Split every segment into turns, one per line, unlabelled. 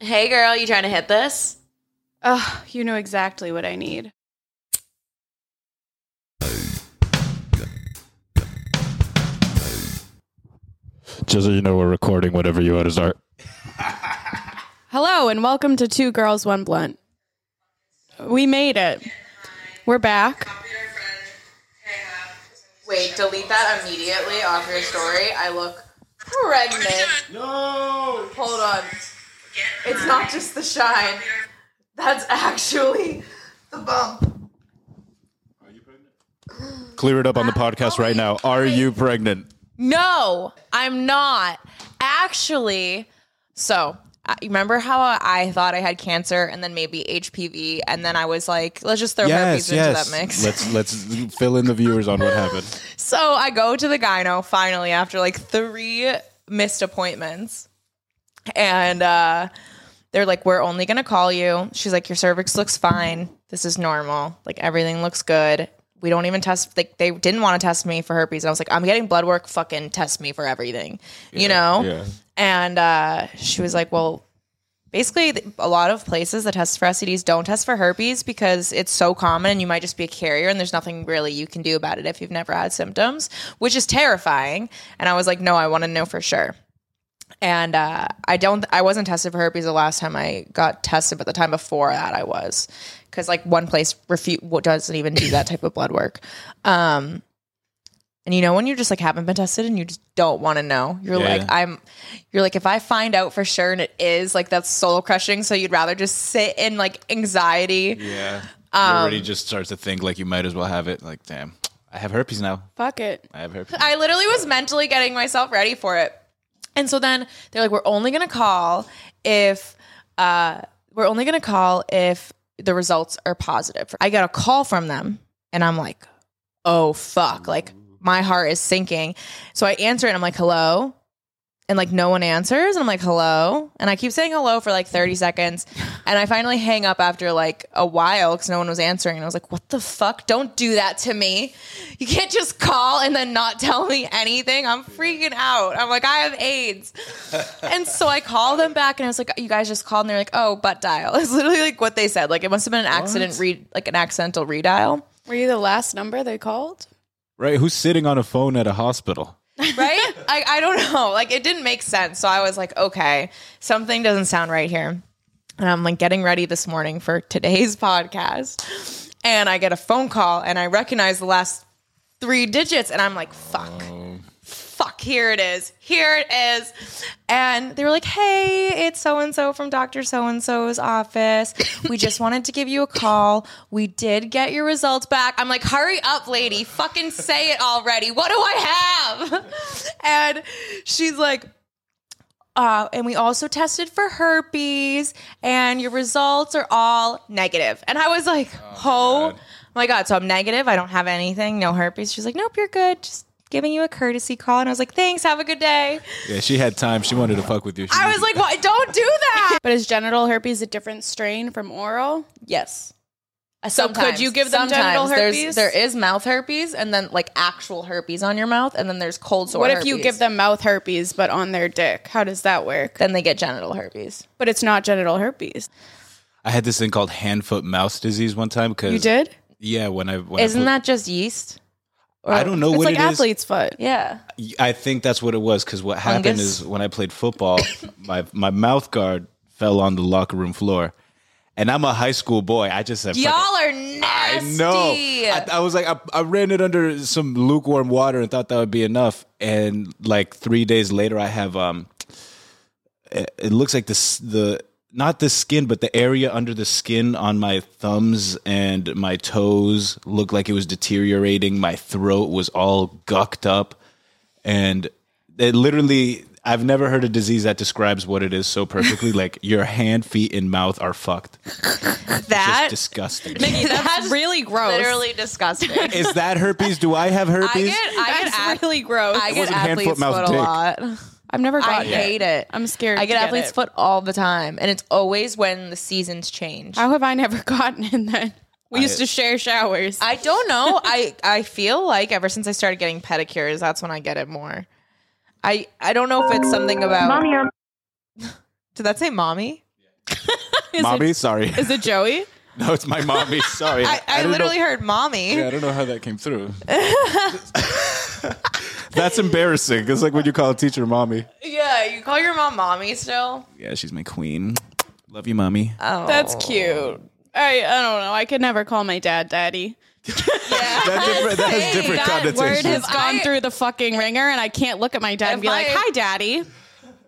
Hey girl, you trying to hit this?
Oh, you know exactly what I need.
Just so you know, we're recording whatever you want to start.
Hello, and welcome to Two Girls, One Blunt. We made it. We're back.
Wait, delete that immediately off your story. I look pregnant.
No!
Hold on. It's not just the shine. That's actually the bump.
Clear it up on the podcast right now. Are you pregnant?
No, I'm not. Actually, so I- you remember how I thought I had cancer and then maybe HPV, and then I was like, let's just throw herpes into that mix.
Let's let's fill in the viewers on what happened.
So I go to the gyno finally after like three missed appointments. And uh, they're like, We're only going to call you. She's like, Your cervix looks fine. This is normal. Like everything looks good. We don't even test. Like they didn't want to test me for herpes. And I was like, I'm getting blood work. Fucking test me for everything, you know?
yeah.
And uh, she was like, Well, basically, th- a lot of places that test for STDs don't test for herpes because it's so common and you might just be a carrier and there's nothing really you can do about it if you've never had symptoms, which is terrifying. And I was like, No, I want to know for sure. And uh, I don't, I wasn't tested for herpes the last time I got tested, but the time before that I was. Because like one place refu- what doesn't even do that type of blood work. Um, and you know when you just like haven't been tested and you just don't want to know. You're
Yeah.
like I'm you're like if I find out for sure and it is like that's soul crushing so you'd rather just sit in like anxiety.
Yeah.
Um,
Already just starts to think like you might as well have it. Like, damn, I have herpes now.
Fuck it.
I have herpes.
I literally was mentally getting myself ready for it. And so then they're like, we're only gonna call if uh, we're only gonna call if the results are positive. I got a call from them, and I'm like, oh fuck, like my heart is sinking. So I answer and I'm like, hello. And like no one answers, and I'm like, hello. And I keep saying hello for like 30 seconds. And I finally hang up after like a while because no one was answering. And I was like, what the fuck? Don't do that to me. You can't just call and then not tell me anything. I'm freaking out. I'm like, I have AIDS. And so I called them back and I was like, you guys just called. And they're like, oh, butt dial. It's literally like what they said. Like it must have been an accident, read like an accidental redial.
Were you the last number they called?
Right? Who's sitting on a phone at a hospital?
right? I, I don't know. Like it didn't make sense. So I was like, okay, something doesn't sound right here. And I'm like getting ready this morning for today's podcast. And I get a phone call and I recognize the last three digits and I'm like, fuck. Fuck, here it is. Here it is. And they were like, hey, it's so and so from Dr. So and so's office. We just wanted to give you a call. We did get your results back. I'm like, hurry up, lady. Fucking say it already. What do I have? And she's like, uh, and we also tested for herpes, and your results are all negative. And I was like, oh,
God.
my God. So I'm negative. I don't have anything, no herpes. She's like, nope, you're good. Just giving you a courtesy call. And I was like, thanks. Have a good day.
Yeah, she had time. She wanted to fuck with you. She
I
knew
was
you-
like, what? Don't do that.
But is genital herpes a different strain from oral?
Yes.
So could you give them genital
Sometimes. There's,
herpes?
there is mouth herpes, and then like actual herpes on your mouth, and then there's cold sore.
what if you
herpes.
give them mouth herpes but on their dick? How does that work?
Then they get genital herpes.
But it's not genital herpes.
I had this thing called hand foot mouse disease one time because
You did?
Yeah, when I when I
Isn't
put-
that just yeast?
I don't know
It's
what
like
it is.
athlete's foot.
Yeah.
I think that's what it was because what happened
Fungus?
is when I played football, my my mouth guard fell on the locker room floor, and I'm a high school boy. I just said, "Fuck it."
Y'all are
I
nasty.
know. I, I was like, I, I ran it under some lukewarm water and thought that would be enough. And like three days later, I have um, it, it looks like this the not the skin, but the area under the skin on my thumbs and my toes looked like it was deteriorating. My throat was all gucked up, and it literally. I've never heard a disease that describes what it is so perfectly. like your hand, feet, and mouth are fucked.
that
Just disgusting.
that's
really gross.
literally disgusting. I get
Is that herpes? Do I have
I
herpes?
get
That's
ath-
really gross.
I get
wasn't hand,
athlete's
foot, mouth,
foot a
dick.
lot.
I've never
I
gotten it.
hate it.
I'm scared.
I
to
get athlete's
it.
foot all the time, and it's always when the seasons change.
How have I never gotten it then? We used
I-
to share showers.
I don't know. I I feel like ever since I started getting pedicures, that's when I get it more. I I don't know if it's something about. Did that say mommy?
mommy, sorry.
Is it Joey?
no, it's my mommy. Sorry.
I, I,
don't know-
literally heard mommy.
Yeah, I don't know how that came through. That's embarrassing. It's like when you call a teacher mommy.
Yeah, you call your mom mommy still?
Yeah, she's my queen. Love you, mommy.
Oh.
That's cute. I I don't know. I could never call my dad daddy.
Yeah.
That, different, that has
Hey,
different
that
Word has
connotations.
gone
I-
through the fucking ringer, and I can't look at my dad and
If
be like,
I-
"Hi, daddy."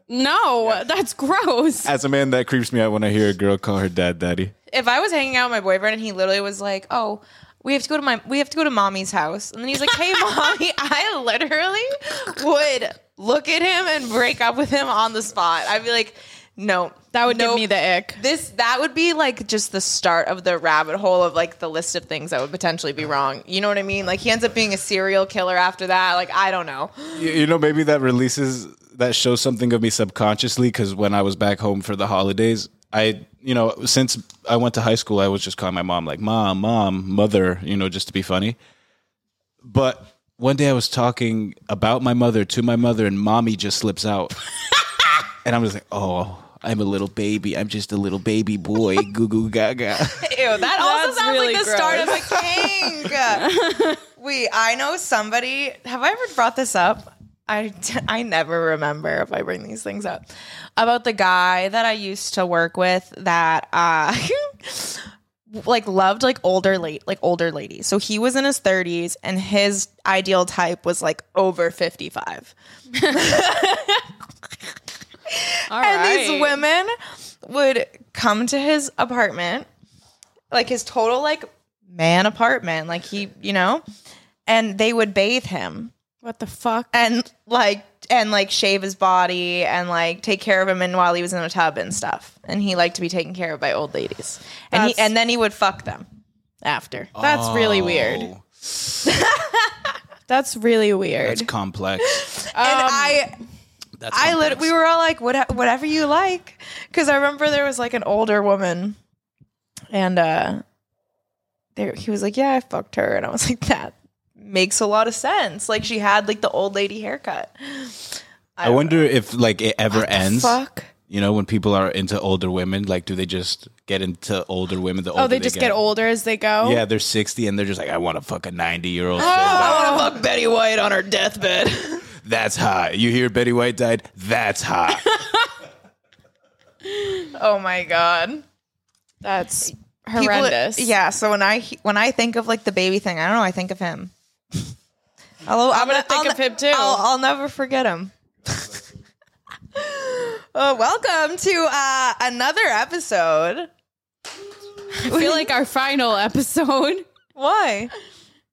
No, that's gross.
As a man, that creeps me out when I hear a girl call her dad daddy.
if I was hanging out with my boyfriend and he literally was like, "Oh, we have to go to my we have to go to mommy's house," and then he's like, "Hey, mommy," I literally would look at him and break up with him on the spot. I'd be like, "No,
That would
nope.
give me the ick.
This that would be like just the start of the rabbit hole of like the list of things that would potentially be wrong. You know what I mean? Like he ends up being a serial killer after that. Like I don't know.
You, you know, maybe that releases that shows something of me subconsciously because when I was back home for the holidays, I you know since I went to high school, I was just calling my mom like mom, mom, mother, you know, just to be funny. But one day I was talking about my mother to my mother, and mommy just slips out, and I'm just like, oh. I'm a little baby. I'm just a little baby boy. Goo goo gaga.
Ew, that also
That's
sounds
really
like the start of a kink. Wait, I know somebody. Have I ever brought this up? I, I never remember if I bring these things up. About the guy that I used to work with that uh, like loved like older late like older ladies. So he was in his 30s and his ideal type was like over 55.
All
and
right.
these women would come to his apartment like his total like man apartment like he you know and they would bathe him
What the fuck?
and like and like shave his body and like take care of him and while he was in a tub and stuff and he liked to be taken care of by old ladies and he
That's-
and then he would fuck them after
That's really weird.
Oh,
That's really weird.
That's complex.
and i
That's
I lit-
complex.
we were all like, what, whatever you like. Because I remember there was like an older woman, and uh, there he was like, yeah, I fucked her, and I was like, that makes a lot of sense. Like she had like the old lady haircut.
I wonder if like it ever ends.
Fuck.
You know, when people are into older women, like, do they just get into older women? The older
oh, they just get older as they go.
Yeah, they're sixty and they're just like, I want to fuck a ninety-year-old.
I want to fuck Betty White on her deathbed.
That's hot. You hear Betty White died? That's hot.
oh my god.
That's
People-
horrendous.
yeah. So when I he- when I think of like the baby thing, I don't know. I think of him. Although I'm,
gonna think
I'll
of
ne-
him, too.
I'll, I'll never forget him. Uh, welcome to uh, another episode.
I feel like our final episode.
Why?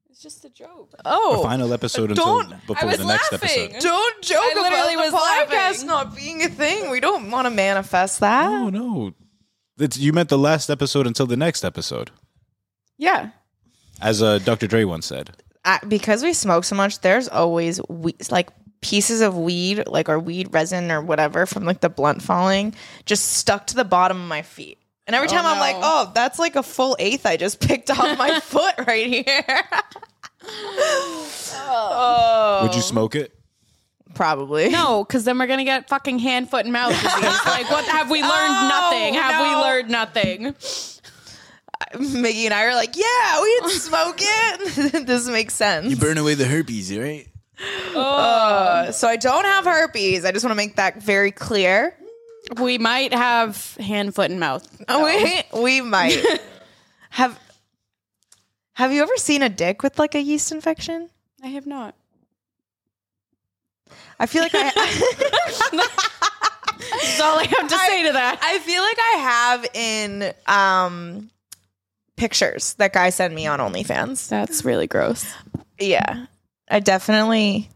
It's just a joke.
Oh,
Final episode
Don't-
until before
was
the next
laughing.
episode.
don't joke
I literally
about the
was
podcast
laughing.
not being a thing. We don't want to manifest that.
Oh no, That's, you meant the last episode until the next episode,
Yeah.
as uh, Dr. Dre once said.
I, because we smoke so much, there's always we- like pieces of weed, like or weed resin or whatever from like the blunt falling, just stuck to the bottom of my feet. And every time I'm
no.
like, oh, that's like a full eighth I just picked off my foot right here.
Would you
Oh.
smoke it?
Probably.
No, because then we're gonna get fucking hand, foot, and mouth disease. like, what have we learned?
Oh,
nothing. Have
no.
we learned nothing?
Miggy and I are like, yeah, we would smoke it. this makes sense.
burn away the herpes, right?
Uh, so I don't have herpes. I just want to make that very clear.
We might have hand, foot, and mouth.
We we might have. Have you ever seen a dick with like a yeast infection?
I have not.
I feel like I,
That's all I have to say to that.
I feel like I have in um pictures that guy sent me on OnlyFans.
That's really gross.
Yeah. I definitely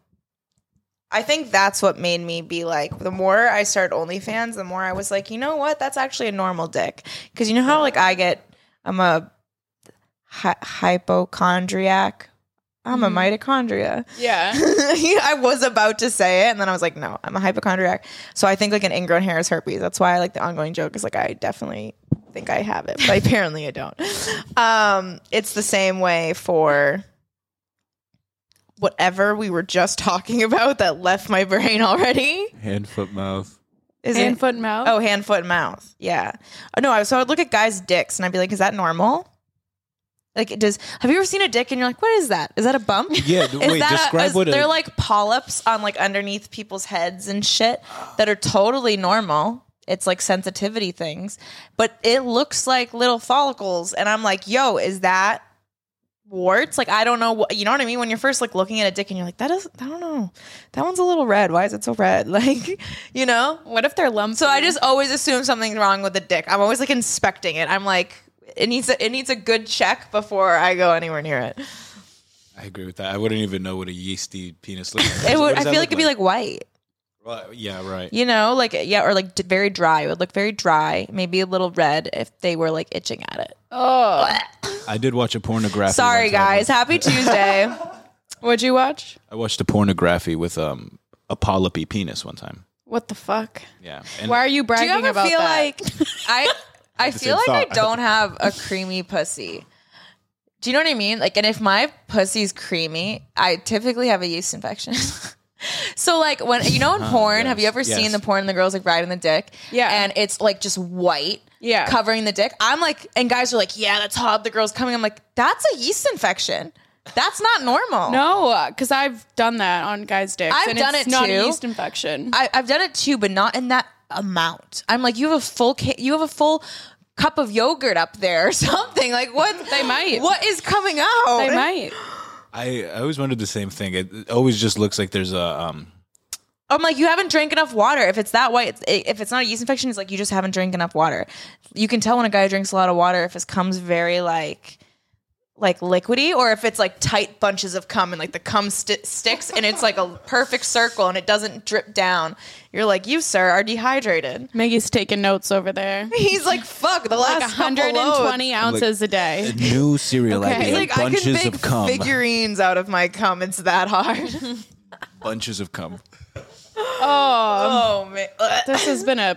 I think that's what made me be like the more I started OnlyFans, the more I was like, you know what? That's actually a normal dick. Cause you know how like I get I'm a hy- hypochondriac. I'm a mitochondria.
Yeah.
I was about to say it, and then I was like, no, I'm a hypochondriac. So I think like an ingrown hair is herpes. That's why I like the ongoing joke is like I definitely think I have it, but apparently I don't. Um, it's the same way for whatever we were just talking about that left my brain already.
Hand, foot, mouth.
Is
Hand,
it?
foot, and mouth.
Oh, hand, foot, and mouth. Yeah. Oh, no, I so I would look at guys' dicks and I'd be like, is that normal? Like, it does have you ever seen a dick and you're like, what is that? Is that a bump?
Yeah,
Is
wait,
that a-
describe
is-
what a-
they're like polyps on like underneath people's heads and shit that are totally normal. It's like sensitivity things, but it looks like little follicles, and I'm like, yo, is that warts? Like, I don't know. What, you know what I mean? When you're first like looking at a dick and you're like, that is, I don't know, that one's a little red. Why is it so red? Like, you know,
What if they're lumpy?
so I just always assume something's wrong with the dick. I'm always like inspecting it. I'm like, it needs a, it needs a good check before I go anywhere near it.
I agree with that. I wouldn't even know what a yeasty penis looks like.
It
What
would.
does
I
that
feel like
look
it'd be like white.
Well, yeah, right.
You know, like yeah, or like d- very dry. It would look very dry, maybe a little red if they were like itching at it.
oh.
I did watch a pornography.
Sorry
one time.
guys, happy Tuesday.
What'd you watch?
I watched a pornography with um a polypy penis one time.
What the fuck?
Yeah.
Why are you
Do
bragging
you ever
about
feel
that?
like I? I
the
feel like
same
I
thought.
don't have a creamy pussy. Do you know what I mean? Like, and if my pussy's creamy, I typically have a yeast infection. so, like, when you know in porn, have
Uh-huh.
you
yes,
ever seen
yes.
the porn and the girls like riding the dick?
Yeah.
and it's like just white.
Yeah.
covering the dick. I'm like, and guys are like, yeah, that's hot. The girl's coming. I'm like, that's a yeast infection. That's not normal.
no, because I've done that on guys' dicks.
I've
and
done
it's
it
not
too.
a yeast infection.
I, I've done it too, but not in that amount. I'm like, you have a full ca- you have a full cup of yogurt up there or something. Like what
They might.
What is coming out?
they might.
I, I always wondered the same thing. It, it always just looks like there's a um
I'm like, you haven't drank enough water. If it's that white, it's, if it's not a yeast infection, it's like you just haven't drank enough water. You can tell when a guy drinks a lot of water if his cum's very like like liquidy or if it's like tight bunches of cum and like the cum sti sticks and it's like a perfect circle and it doesn't drip down. You're like, you sir are dehydrated.
Maggie's taking notes over there.
He's like, fuck, the last
Like
couple loads.
120 ounces a day.
new cereal
Okay.
idea.
It's
like I can
bunches
make
of cum.
figurines out of my cum. It's that hard.
Bunches of cum.
Oh,
oh man,
this has been a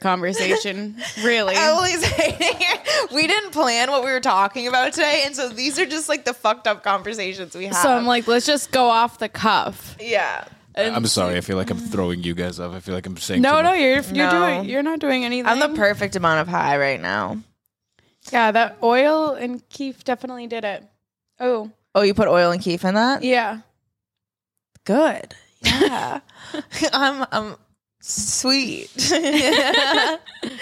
conversation. Really.
Emily's hating it. We didn't plan what we were talking about today, and so these are just like the fucked up conversations we have.
So I'm like, let's just go off the cuff.
yeah.
I'm sorry. I feel like I'm throwing you guys off. I feel like I'm saying
No,
too
no,
much.
you're you're
No.
doing you're not doing anything.
I'm the perfect amount of high right now.
yeah, that oil and Keef definitely did it. Oh,
Oh, you put oil and keef in that?
yeah.
Good. Yeah. I'm I'm sweet.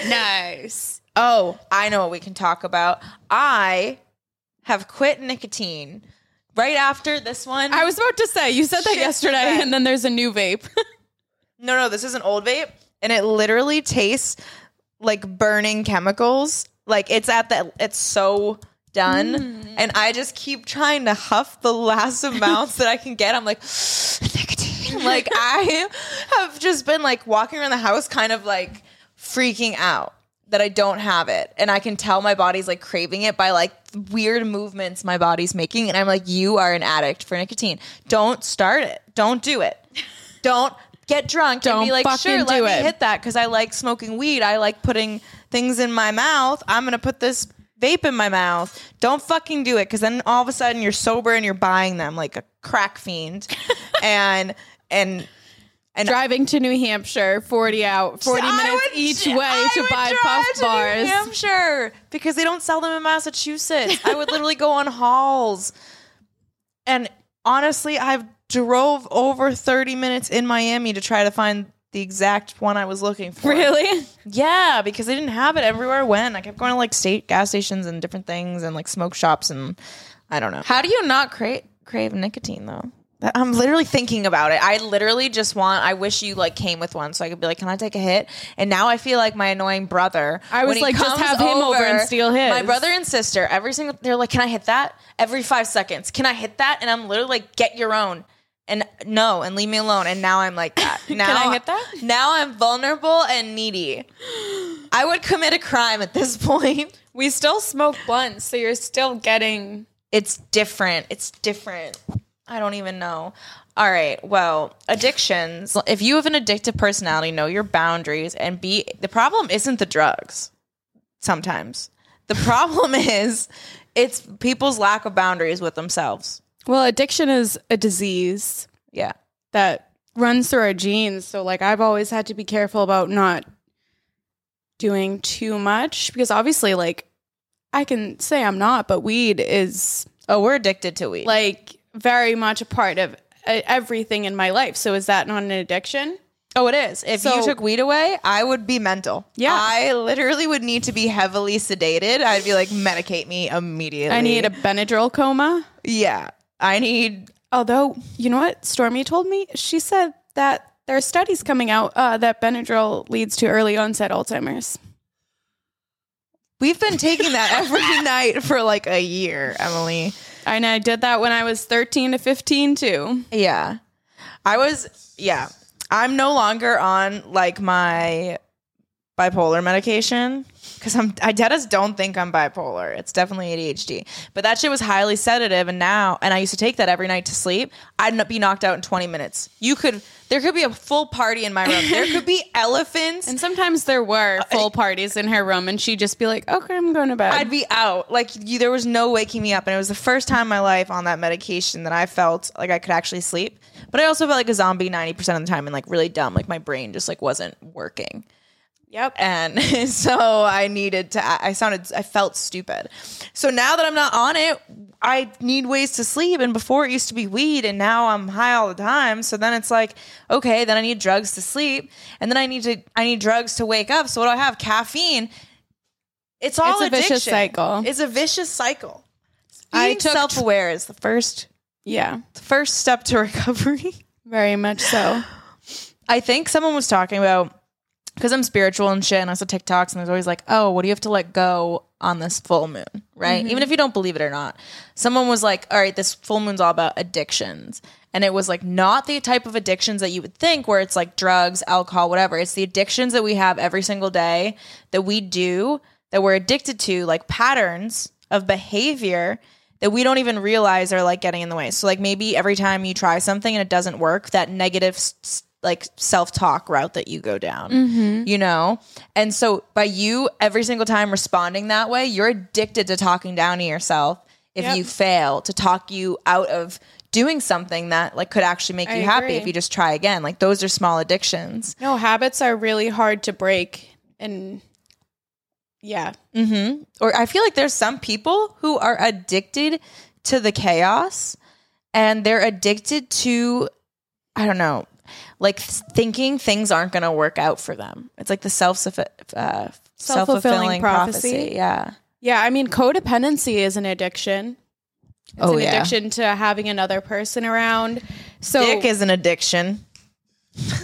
Nice.
Oh, I know what we can talk about. I have quit nicotine right after this one.
I was about to say you said that
Shit.
yesterday, and then there's a new vape.
No, no, this is an old vape, and it literally tastes like burning chemicals. Like it's at the, it's so done, and I just keep trying to huff the last amounts that I can get. I'm like, nicotine. Like I have just been like walking around the house, kind of like freaking out that I don't have it, and I can tell my body's like craving it by like weird movements my body's making, and I'm like, you are an addict for nicotine. Don't start it. Don't do it don't get drunk and
Don't
be like,
fucking
sure, let
do
me
it."
hit that because I like smoking weed. I like putting things in my mouth. I'm gonna put this vape in my mouth. Don't fucking do it because then all of a sudden you're sober and you're buying them like a crack fiend, and and
Driving to New Hampshire, forty out, forty
I
minutes
would-
each way
I
to
would
buy
drive
puff
to New
bars.
Hampshire because they don't sell them in Massachusetts. I would literally go on hauls, and honestly, I've drove over thirty minutes in Miami to try to find the exact one I was looking for.
Really?
Yeah, because they didn't have it everywhere I went. I kept going to like state gas stations and different things and like smoke shops and I don't know. How do you not crave crave nicotine though? That- I'm literally thinking about it. I literally just want. I wish you like came with one so I could be like, "Can I take a hit?" And now I feel like my annoying brother.
I was
when he
like, just
comes
have him over and steal his.
My brother and sister. Every single they're like, "Can I hit that?" Every five seconds, can I hit that? And I'm literally like, "Get your own." And no, and leave me alone. And now I'm like that. Now
I hit that?
Now I'm vulnerable and needy. I would commit a crime at this point.
We still smoke blunts, so you're still getting.
It's different. It's different. I don't even know. All right. Well, addictions. If you have an addictive personality, know your boundaries and be the problem isn't the drugs sometimes. The problem is it's people's lack of boundaries with themselves.
Well, addiction is a disease
Yeah.
that runs through our genes. So like I've always had to be careful about not doing too much because obviously like I can say I'm not, but weed is
Oh, we're addicted to weed.
like very much a part of uh, everything in my life. So is that not an addiction?
oh, it is. If you
So-
took weed away, I would be mental.
Yeah.
I literally would need to be heavily sedated. I'd be like, medicate me immediately.
I need a Benadryl coma.
Yeah. I need
Although, you know what Stormy told me? She said that there are studies coming out uh, that Benadryl leads to early onset Alzheimer's.
We've been taking that every night for like a year, Emily.
And I did that when I was 13 to 15 too.
Yeah. I was, yeah. I'm no longer on like my bipolar medication because I'm, I dead as don't think I'm bipolar. It's definitely ADHD. But that shit was highly sedative. And now, and I used to take that every night to sleep. I'd not be knocked out in 20 minutes. You could, there could be a full party in my room. There could be elephants.
And sometimes there were full parties in her room and she'd just be like, okay, I'm going to bed.
I'd be out. Like you, there was no waking me up, and it was the first time in my life on that medication that I felt like I could actually sleep. But I also felt like a zombie ninety percent of the time, and like really dumb. Like my brain just like wasn't working. Yep. And so I needed to. I I sounded. I felt stupid. So now that I'm not on it, I need ways to sleep. And before it used to be weed, and now I'm high all the time. So then it's like, okay, then I need drugs to sleep, and then I need to. I need drugs to wake up. So what do I have? Caffeine. It's all
It's a vicious
addiction.
cycle.
It's a vicious cycle.
I
Being
took-
self-aware is the first
yeah,
the first step to recovery.
very much so.
I think someone was talking about because I'm spiritual and shit, and I saw TikToks, and there's always like, oh, what do you have to let go on this full moon, right? Even if you don't believe it or not. Someone was like, all right, this full moon's all about addictions. And it was like not the type of addictions that you would think, where it's like drugs, alcohol, whatever. It's the addictions that we have every single day that we do, that we're addicted to, like patterns of behavior that we don't even realize are like getting in the way. So like maybe every time you try something and it doesn't work, that negative s- s- like self-talk route that you go down,
Mm-hmm.
Mm-hmm. you know? And so by you every single time responding that way, you're addicted to talking down to yourself if
Yep.
you fail to talk you out of doing something that like could actually make
I
you happy
agree.
if you just try again. Like those are small addictions.
No, habits are really hard to break. And yeah,
Mm-hmm. or I feel like there's some people who are addicted to the chaos and they're addicted to I don't know, like th- thinking things aren't going to work out for them. It's like the self uh, self-fulfilling prophecy.
prophecy.
Yeah.
Yeah, I mean, codependency is an addiction. It's
Oh,
an
yeah.
addiction to having another person around. So
Dick is an addiction.
yeah,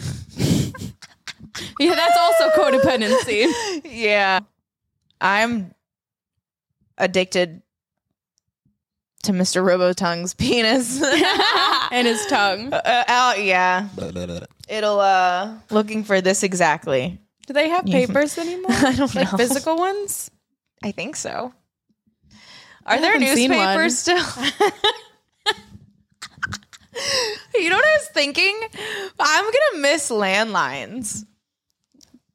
that's also codependency.
Yeah. I'm addicted to Mr. Robotongue's penis.
and his tongue.
uh, oh, yeah. It'll uh looking for this exactly.
Do they have papers anymore?
I don't
like
know.
physical ones?
I think so. Are there
haven't seen one.
newspapers still? you know what I was thinking? I'm gonna miss landlines.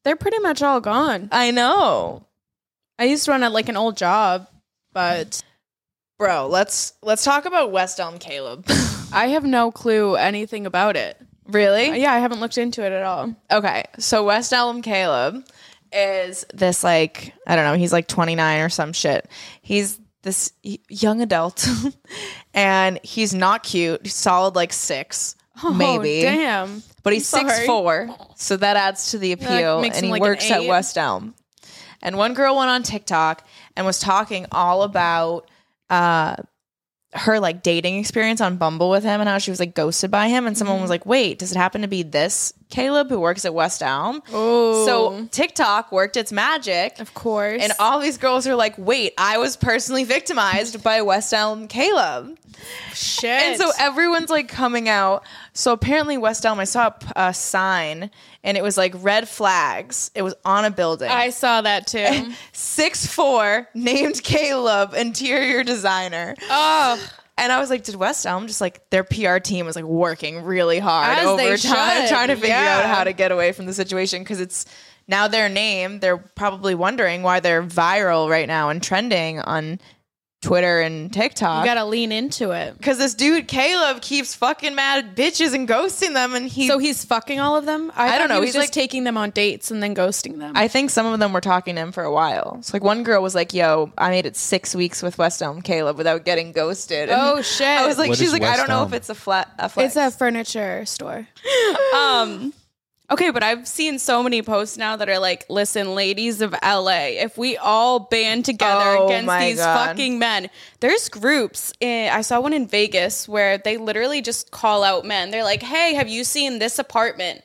They're pretty much all gone.
I know,
I used to run at like an old job, but
bro. Let's let's talk about West Elm, Caleb.
I have no clue anything about it. Uh,
really?
Yeah, I haven't looked into it at all.
Okay, so West Elm Caleb is this like I don't know, he's like 29 or some shit. He's this y- young adult, and he's not cute. solid like six, maybe.
Oh, damn.
But he's
I'm sorry.
six four, so that adds to the appeal.
makes
and
him
he
like an
works at
eight.
West Elm. And one girl went on TikTok and was talking all about uh, her like dating experience on Bumble with him and how she was like ghosted by him. And
Mm-hmm.
someone was like, "Wait, does it happen to be this Caleb who works at West Elm?"
Oh,
So TikTok worked its magic.
of course.
And all these girls are like, wait, I was personally victimized by West Elm Caleb.
shit.
And so everyone's like coming out. So apparently, West Elm, I saw a p- a, sign and it was like red flags. It was on a building.
I saw that too.
Six four, named Caleb, interior designer.
oh,
And I was like, did West Elm just like their PR team was like working really hard
As they
over time
should,
trying to figure
yeah.
out how to get away from the situation because it's now their name. They're probably wondering why they're viral right now and trending on Twitter and TikTok.
You gotta lean into it.
Because this dude Caleb keeps fucking mad bitches and ghosting them, and he.
So he's fucking all of them.
I
thought
don't know.
He was
He's
just
like-
taking them on dates and then ghosting them.
I think some of them were talking to him for a while. So like one girl was like, "Yo, I made it six weeks with West Elm Caleb without getting ghosted." And
Oh, shit.
I was like,
What
she's
is
like, I
West
don't know if
Elm?
it's a flat. A flex.
it's a furniture store. um. Okay, but I've seen so many posts now that are like, "Listen, ladies of LA, if we all band together
Oh
against
my
these
God.
fucking men." There's groups. In, I saw one in Vegas where they literally just call out men. They're like, "Hey, have you seen this apartment?"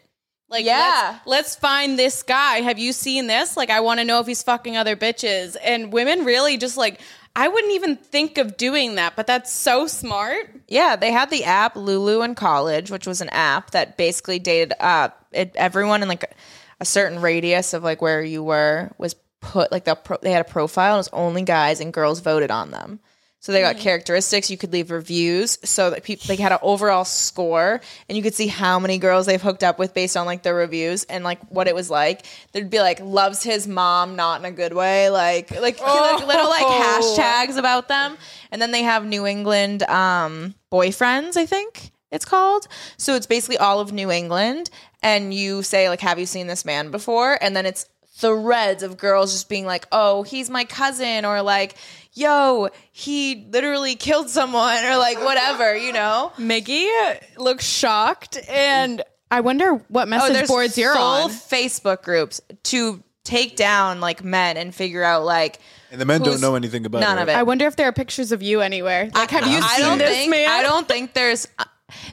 Like,
Yeah.
let's, let's find this guy. Have you seen this? Like, I want to know if he's fucking other bitches. And women really just like, I wouldn't even think of doing that, but that's so smart.
Yeah, they had the app Lulu in college, which was an app that basically dated uh, it, everyone in like a certain radius of like where you were was put like the pro- they had a profile and it was only guys and girls voted on them. So they got characteristics. You could leave reviews, so that people they had an overall score, and you could see how many girls they've hooked up with based on like their reviews and like what it was like. There'd be like loves his mom, not in a good way, like like, like little like hashtags about them. And then they have New England um, boyfriends, I think it's called. So it's basically all of New England, and you say like, "Have you seen this man before?" And then it's threads of girls just being like, "Oh, he's my cousin," or like, "Yo, he literally killed someone," or like whatever, you know.
Miggy looks shocked, and Oh, I wonder what message boards you're
Oh, full
on.
Facebook groups to take down like men and figure out like
And the men
Who's-
don't know anything about
none
it.
of
right?
it.
I wonder if there are pictures of you anywhere. Like, have you
I
seen
don't
this
think,
man?
I don't think there's. uh,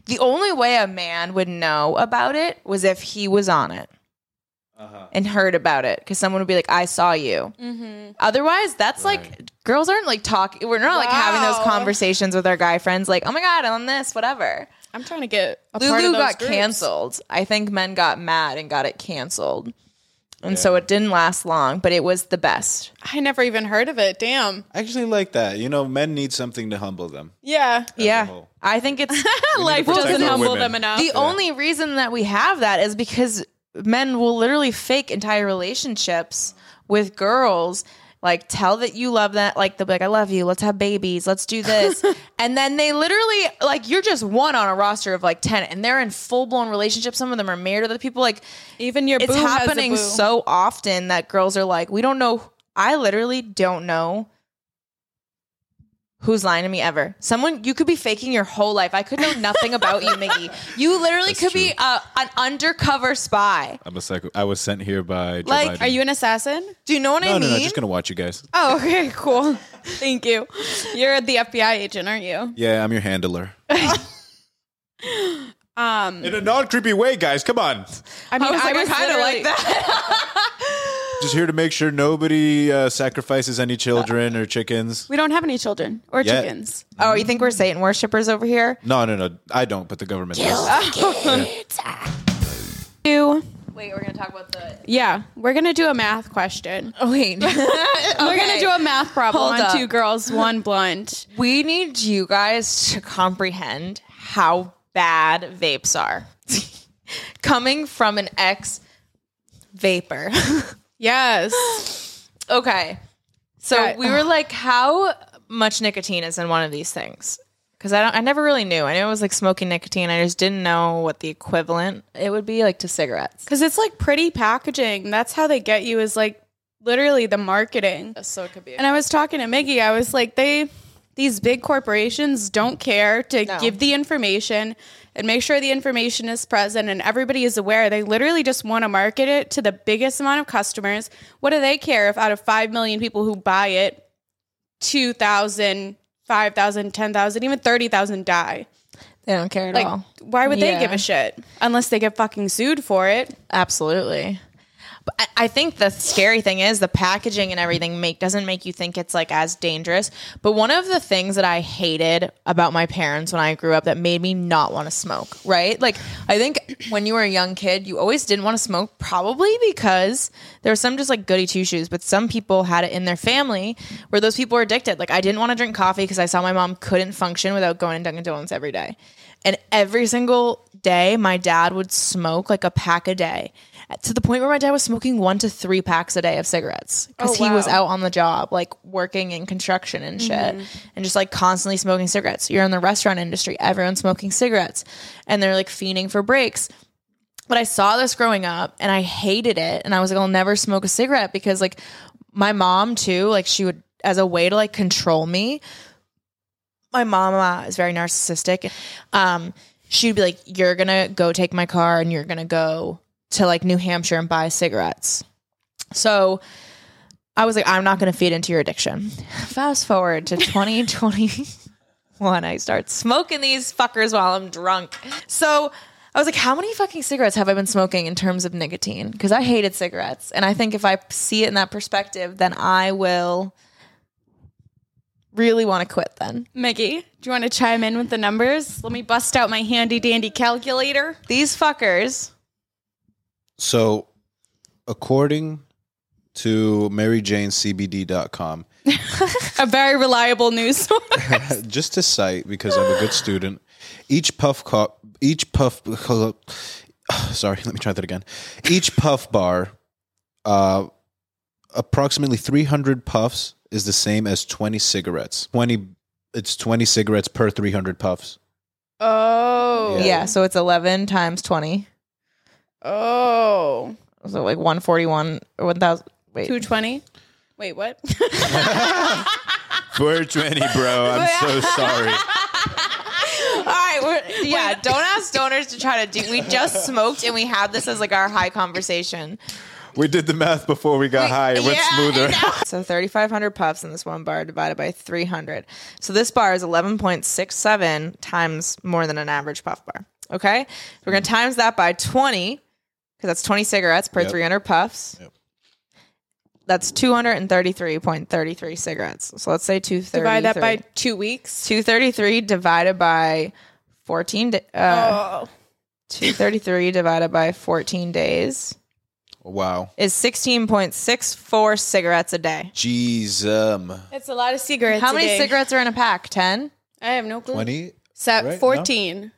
The only way a man would know about it was if he was on it and heard about it, because someone would be like, "I saw you."
Mm-hmm.
Otherwise, that's like girls aren't like talking. We're not like having
Wow.
those conversations with our guy friends, like, "Oh my god, on this, whatever."
I'm trying to get a part of
Lulu
those
got
groups.
canceled. I think men got mad and got it canceled, and so it didn't last long. But it was the best.
I never even heard of it. Damn.
I actually like that. You know, men need something to humble them.
Yeah.
Yeah,
whole.
I think it's
Life
protect
doesn't
our
humble
women.
them enough.
the only reason that we have that is because men will literally fake entire relationships with girls like tell that you love that like they'll be like i love you let's have babies let's do this and then they literally like you're just one on a roster of like 10 and they're in full-blown relationships some of them are married to other people like
even your
it's
boo has a
happening
boo.
so often that girls are like we don't know i literally don't know who's lying to me ever someone you could be faking your whole life i could know nothing about you miggy you literally
That's
could
true.
be uh, an undercover spy
I'm a psycho. I was sent here by Joe
Like,
Biden.
Are you an assassin?
do you know what
No,
i
no,
mean
no. Just gonna watch you guys.
Oh, okay, cool. Thank you. You're the FBI agent, aren't you?
Yeah, I'm your handler.
Um,
In a non creepy way, guys. Come on.
I mean,
I was like, I, kind of like
literally-
that.
Just here to make sure nobody uh, sacrifices any children or chickens.
We don't have any children or
Yeah.
chickens.
Oh, you think we're Satan worshippers over here?
No, no, no. I don't, but the government does.
You.
Wait, we're gonna talk about the.
Yeah, we're gonna do a math question.
Oh wait,
We're gonna do a math problem
Hold
on
up.
two girls, one blunt.
We need you guys to comprehend how bad vapes are. Coming from an ex vapor.
Yes,
okay. So
Right.
we were like, how much nicotine is in one of these things? Because I don't I never really knew. I knew it was like smoking nicotine. I just didn't know what the equivalent it would be like to cigarettes.
because it's like pretty packaging. That's how they get you. Is like literally the marketing.
So it could be
And I was talking to Miggy. I was like, they these big corporations don't care to
No.
give the information and make sure the information is present and everybody is aware. They literally just want to market it to the biggest amount of customers. What do they care if out of 5 million people who buy it, 2,000, 5,000, 10,000, even 30,000 die?
they don't care at
Like,
all.
why would
Yeah.
they give a shit unless they get fucking sued for it?
Absolutely. But I- I think the scary thing is the packaging and everything make doesn't make you think it's like as dangerous. But one of the things that I hated about my parents when I grew up that made me not want to smoke, right? Like I think when you were a young kid, you always didn't want to smoke probably because there were some just like goody two shoes, but some people had it in their family where those people were addicted. Like I didn't want to drink coffee because I saw my mom couldn't function without going to Dunkin' Donuts every day. And every single day, my dad would smoke like a pack a day. to the point where my dad was smoking one to three packs a day of cigarettes because
Oh,
he was
wow.
out on the job, like working in construction and shit,
Mm-hmm.
and just like constantly smoking cigarettes. You're in the restaurant industry, everyone's smoking cigarettes, and they're like fiending for breaks. But I saw this growing up and I hated it. And I was like, I'll never smoke a cigarette because, like, my mom, too, like, she would, as a way to like control me, my mama is very narcissistic. Um, she'd be like, "You're gonna go take my car, and you're gonna go to like New Hampshire and buy cigarettes." So I was like, "I'm not gonna feed into your addiction." Fast forward to 2021, I start smoking these fuckers while I'm drunk. So. I was like, how many fucking cigarettes have I been smoking in terms of nicotine? Because I hated cigarettes. And I think if I see it in that perspective, then I will really want to quit then.
Mickey, do you want to chime in with the numbers? Let me bust out my handy dandy calculator.
These fuckers.
So, according to MaryJaneCBD.com,
A very reliable news source.
just to cite because I'm a good student, each puff co- each puff sorry, let me try that again. Each puff bar uh approximately 300 puffs is the same as 20 cigarettes. 20 it's 20 cigarettes per 300 puffs.
Oh.
Yeah.
Yeah, so it's 11 times 20.
Oh.
So like 141 or 1000 wait.
220? Wait, what?
420, bro. I'm so sorry.
All right, we're, yeah, don't ask donors to try to do. We just smoked and we had this as like our high conversation.
We did the math before we got high. It went smoother.
So 3,500 puffs in this one bar divided by 300. So this bar is 11.67 times more than an average puff bar. Okay? We're going to times that by 20 because that's 20 cigarettes per
Mm-hmm. Yep.
300 puffs.
Yep.
That's 233.33 cigarettes. So let's say 233.
Divide that by two weeks.
233 divided by 14 da- uh,
Oh.
233 divided by 14 days
Wow.
is 16.64 cigarettes a day.
Jeez, um
That's a lot of cigarettes.
How
a
many
day.
cigarettes are in a pack? 10?
I have no clue.
20
Se-
right? No?
14.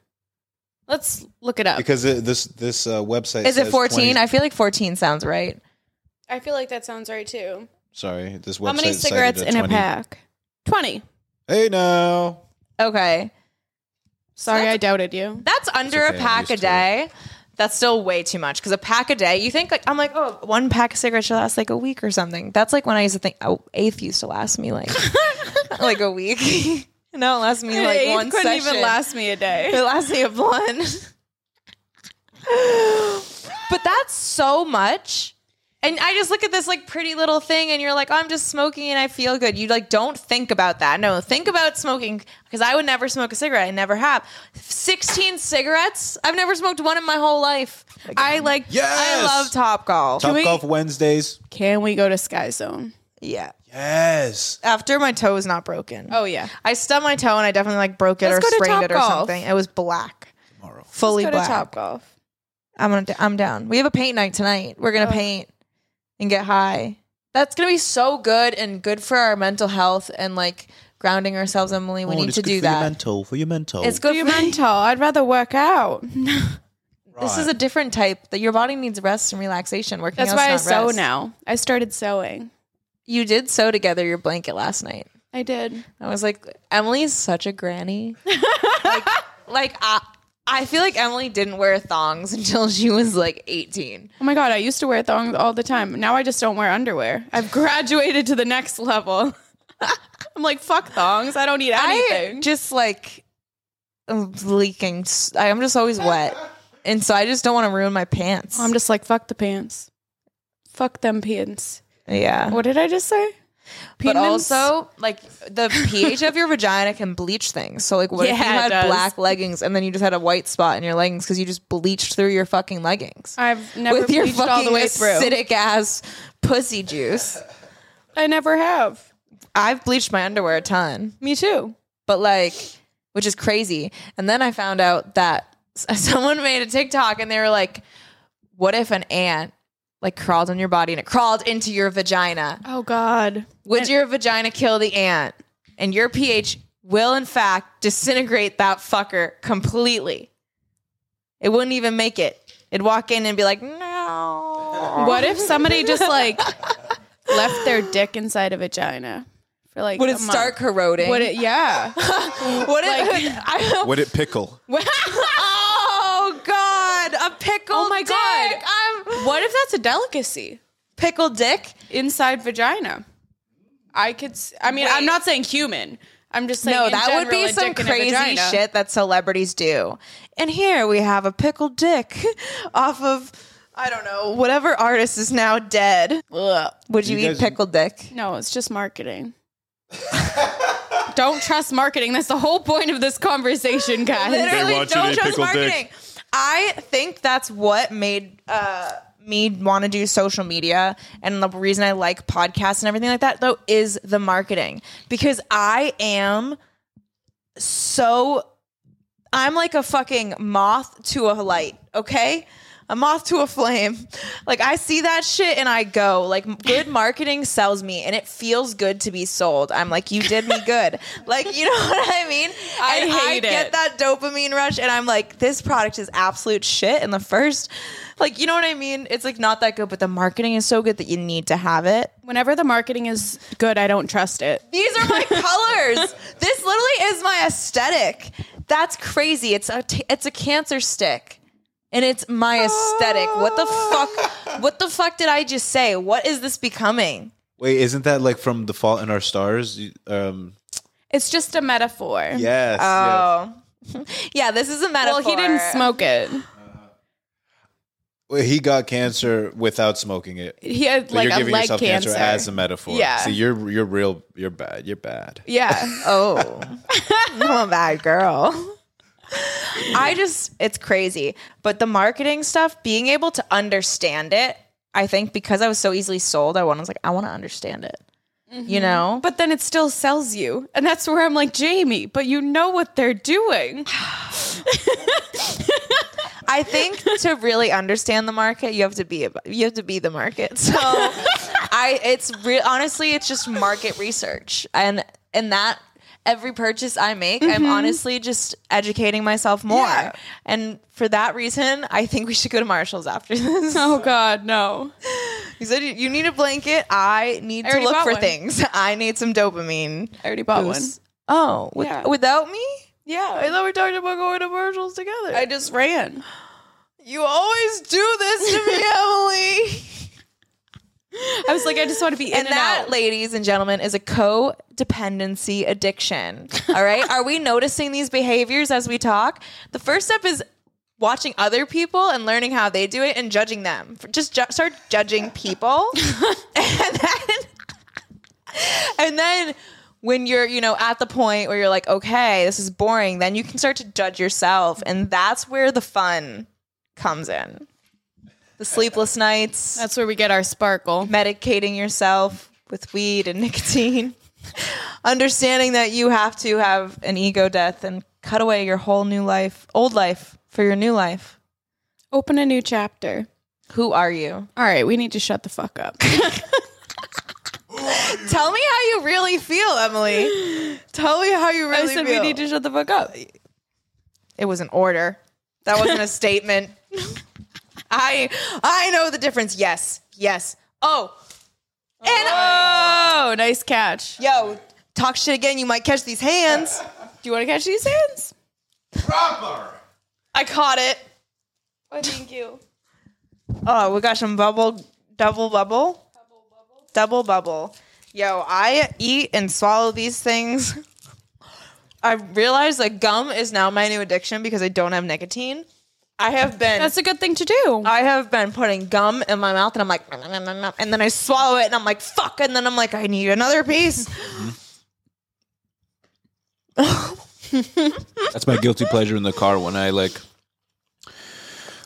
Let's look it up.
because it, this this uh, website
Is it
says
14?
20
I feel like 14 sounds right.
I feel like that sounds right too.
Sorry, this website.
How many
cited
cigarettes in a
20.
pack? 20.
Hey now,
Okay.
Sorry, I doubted you.
That's under
okay,
a
I'm
pack
used
a
to
day. That's still way too much because a pack a day, you think like, I'm like, oh, one pack of cigarettes should last like a week or something. That's like when I used to think, oh, eighth used to last me like like a week. no, it lasts me like
Eighth
one
couldn't
session.
even last me a day.
It lasts me a blunt. but that's so much. And I just look at this like pretty little thing and you're like, oh, I'm just smoking and I feel good. You like don't think about that. No, think about smoking because I would never smoke a cigarette. I never have. 16 cigarettes? I've never smoked one in my whole life. I like I
Yes!
love Top Golf.
Top
we-
Golf Wednesdays.
Can we go to Sky Zone?
Yeah.
Yes,
After my toe is not broken.
Oh yeah.
I stubbed my toe and I definitely like broke it
Let's
or
go to
sprained it or
Topgolf.
something. It was black.
tomorrow.
Fully
Let's go
black.
to Top Golf.
I'm gonna, I'm down. We have a paint night tonight. We're gonna paint and get high. That's gonna be so good and good for our mental health and like grounding ourselves. Emily, we need to do that.
mental Oh, for your mental.
It's good.
You're
For,
mental. I'd rather work out.
this is a different type that your body needs rest and relaxation. Working
That's
out's
why I
not
sew
rest.
now. I started sewing.
You did sew together your blanket last night.
I did.
I was like, Emily's such a granny. like, like I, I feel like Emily didn't wear thongs until she was like 18.
Oh my god, I used to wear thongs all the time. Now I just don't wear underwear. I've graduated to the next level. I'm like, fuck thongs. I don't need
I
anything.
just like am leaking. s- I- I'm just always wet, and so I just don't want to ruin my pants.
I'm just like, fuck the pants. Fuck them pants.
yeah,
What did I just say?
but
Penmans?
also like the pH of your vagina can bleach things. So like, what if you
Yeah, it
had
does.
black leggings and then you just had a white spot in your leggings because you just bleached through your fucking leggings
I've never
with your
bleached all
fucking
the way through.
acidic ass pussy juice?
I never have.
I've bleached my underwear a ton.
Me too.
but like, which is crazy. And then I found out that s- someone made a TikTok and they were like, what if an ant like crawled on your body and it crawled into your vagina?
Oh god.
Would your vagina kill the ant? And your pH will, in fact, disintegrate that fucker completely. It wouldn't even make it. It'd walk in and be like, no. no.
What if somebody just like left their dick inside a vagina for like
Would
a
it
month?
start corroding?
Would it? Yeah.
Would it? I,
Would it pickle?
oh God, a pickled.
Oh my
dick.
God.
I'm
what if that's a delicacy
pickled dick.
inside vagina? I could. s- I mean, I'm
Wait.
not saying human. I'm just saying
No,
in
that would be
general, a
some
dick and a
crazy
vagina.
shit that celebrities do. And here we have a pickled dick off of I don't know whatever artist is now dead. Ugh. Would you,
You
eat
guys-
pickled dick?
No, it's just marketing. Don't trust marketing. That's the whole point of this conversation, guys.
Literally,
want you to
don't
eat
trust
pickled dick.
marketing. I think that's what made uh, me want to do social media, and the reason I like podcasts and everything like that though is the marketing because I am so I'm like a fucking moth to a light, okay? A moth to a flame. Like I see that shit and I go. Like good marketing sells me and it feels good to be sold. I'm like, you did me good. like you know what I mean?
I
and
hate
I get
it.
that dopamine rush and I'm like, this product is absolute shit. And the first, like, you know what I mean? It's like not that good, but the marketing is so good that you need to have it.
Whenever the marketing is good, I don't trust it.
These are my colors. This literally is my aesthetic. That's crazy. It's a t- it's a cancer stick. And it's my aesthetic. What the
Oh.
fuck? What the fuck did I just say? What is this becoming?
Wait, isn't that like from The Fault in Our Stars? You- Um,
It's just a metaphor.
yes. yes.
Oh. yeah, this is a
Well,
metaphor.
he didn't smoke it.
Well, he got cancer without smoking it.
He had
So
like
you're
a
giving
leg
yourself
cancer.
as a metaphor.
Yeah.
See, you're you're real. You're bad. You're bad.
yeah.
Oh, I'm a bad girl. I just, it's crazy. But the marketing stuff, being able to understand it, I think because I was so easily sold, I wanted- I was like, I want to understand it.
Mm-hmm.
You know?
But then it still sells you. And that's where I'm like, Jamie, but you know what they're doing.
I think to really understand the market, you have to be ab- you have to be the market. So I it's real honestly it's just market research and and that every purchase I make, I'm honestly just educating myself more.
Mm-hmm. Yeah.
And for that reason, I think we should go to Marshalls after this.
Oh God, no.
He said you- you need a blanket, I need
I
to
already
look
bought
for
one.
things. I need some dopamine.
I already bought
boosts. Oh, with-
Yeah.
without me? I
Yeah.
thought we talked about going to Marshalls together.
I just ran.
you always do this to me, Emily.
I was like, I just want to be in and,
and that,
out.
ladies and gentlemen, is a codependency addiction. All right. Are we noticing these behaviors as we talk? The first step is watching other people and learning how they do it and judging them. For- Just ju- start judging people. and then and then when you're, you know, at the point where you're like, okay, this is boring, then you can start to judge yourself. And that's where the fun comes in. The sleepless nights
that's where we get our sparkle.
medicating yourself with weed and nicotine, understanding that you have to have an ego death and cut away your whole new life, old life for your new life.
Open a new chapter.
Who are you?
All right, we need to shut the fuck up.
Tell me how you really feel, Emily. Tell me how you
I
really
said
feel.
we need to shut the fuck up.
it was an order. That wasn't a statement. I I know the difference. Yes. Yes. Oh. And
Oh, nice catch.
yo, talk shit again, you might catch these hands.
Do you want to catch these hands?
I caught it.
Oh, thank you.
Oh, we got some bubble, double bubble, double bubble. Yo, I eat and swallow these things. I realized that gum is now my new addiction because I don't have nicotine. I have been,
That's a good thing to do.
I have been putting gum in my mouth, and I'm like, "Nom, nom, nom, nom," and then I swallow it, and I'm like, fuck, and then I'm like, I need another piece.
That's my guilty pleasure in the car when I like.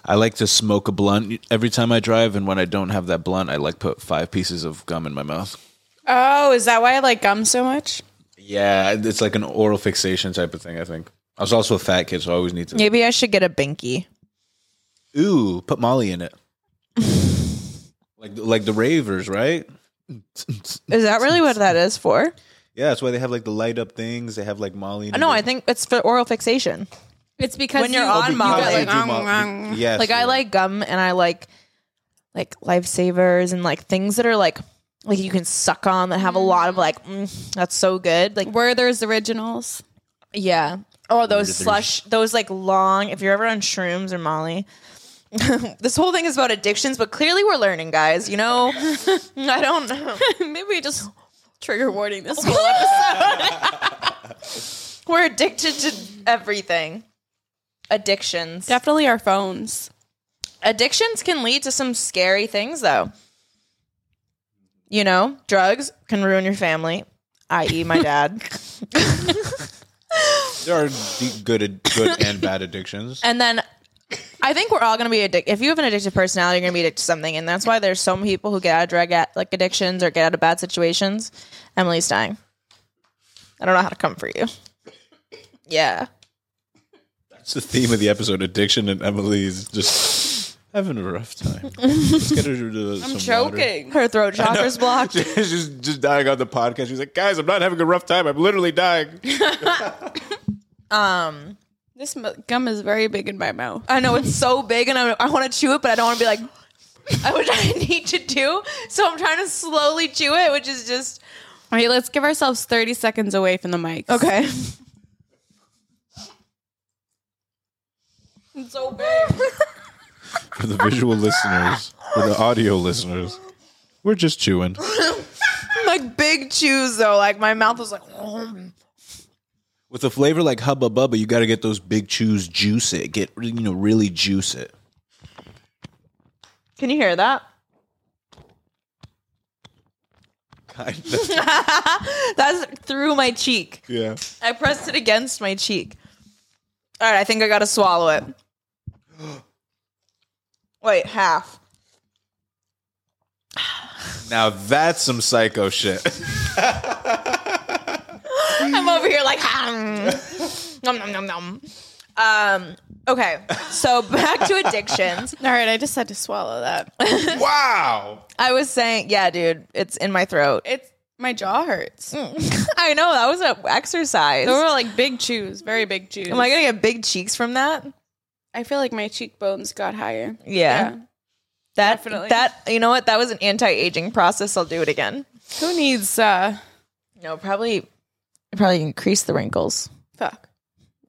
I like to smoke a blunt every time I drive, and when I don't have that blunt, I like put five pieces of gum in my mouth.
Oh, is that why I like gum so much?
Yeah, it's like an oral fixation type of thing. I think. I was also a fat kid, so I always need to.
Maybe I should get a binky.
Ooh, put Molly in it. like like the ravers, right?
Is that really what that is for?
Yeah, that's why they have like the light up things. They have like Molly. In
No,
it. Oh,
I think it's for oral fixation.
It's because
When you're on
you
Molly.
get
You
like,
do Molly. Yes,
Like I
yeah.
like gum and I like like lifesavers and like things that are like like you can suck on that have a lot of like mm, that's so good like
Werther's originals.
yeah oh those slush those like long if you're ever on shrooms or Molly this whole thing is about addictions but clearly we're learning guys you know I don't know
Maybe we just trigger warning this
we're addicted to everything addictions
Definitely our phones.
addictions can lead to some scary things though you know drugs can ruin your family i.e my dad
There are d- good, good and bad addictions.
and then i think we're all going to be addicted if you have an addictive personality you're going to be addicted to something and that's why there's so many people who get out of drug at, like addictions or get out of bad situations emily's dying i don't know how to comfort you yeah
That's the theme of the episode: addiction and Emily's just having a rough time. Let's get her to I'm
her throat chakra's blocked
She's just dying on the podcast. She's like, guys, I'm not having a rough time. I'm literally dying.
um
This m- gum is very big in my mouth.
I know it's so big and I, I want to chew it, but I don't want to be like, I- which I need to do. So I'm trying to slowly chew it, which is just
All right, let's give ourselves 30 seconds away from the mic.
okay.
It's so big.
For the visual listeners, for the audio listeners, we're just chewing.
like big chews though. Like my mouth was like,
With a flavor like Hubba Bubba, you got to get those big chews, juice it, get you know, really juice it.
can you hear that? That's through my cheek.
yeah.
I pressed it against my cheek. All right, I think I got to swallow it. Wait, half.
Now that's some psycho shit.
I'm over here like, "Hmm." nom nom nom nom. Um, okay, so back to addictions.
All right, I just had to swallow that.
wow.
I was saying, yeah, dude, it's in my throat.
It's my jaw hurts. They
I know that was an exercise.
were
Am
like big chews, very big chews.
I gonna get big cheeks from that?
I feel like my cheekbones got higher.
Yeah, that
definitely.
that you know what? That was an anti-aging process. I'll do it again.
Who needs uh
No, probably probably increase the wrinkles.
fuck.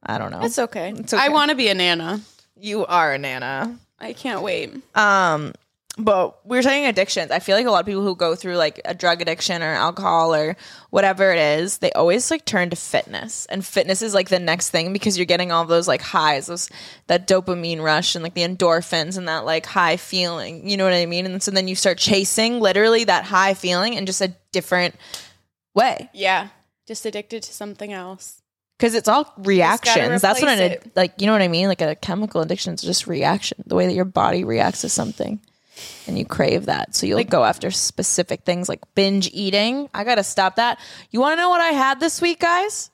I don't know.
It's okay.
okay.
I want to be a nana. Uh,
you are a nana.
I can't wait.
Um, but we were talking addictions. I feel like a lot of people who go through like a drug addiction or alcohol or whatever it is, they always like turn to fitness, and fitness is like the next thing because you're getting all those like highs, those that dopamine rush and like the endorphins and that like high feeling. You know what I mean? And so then you start chasing literally that high feeling in just a different way
Yeah. Just addicted to something else.
because it's all reactions. That's what an
replace
ad- like you know what I mean. Like a chemical addiction is just reaction, the way that your body reacts to something, and you crave that. So you'll go after specific things like binge eating. I gotta stop that. You want to know what I had this week, guys?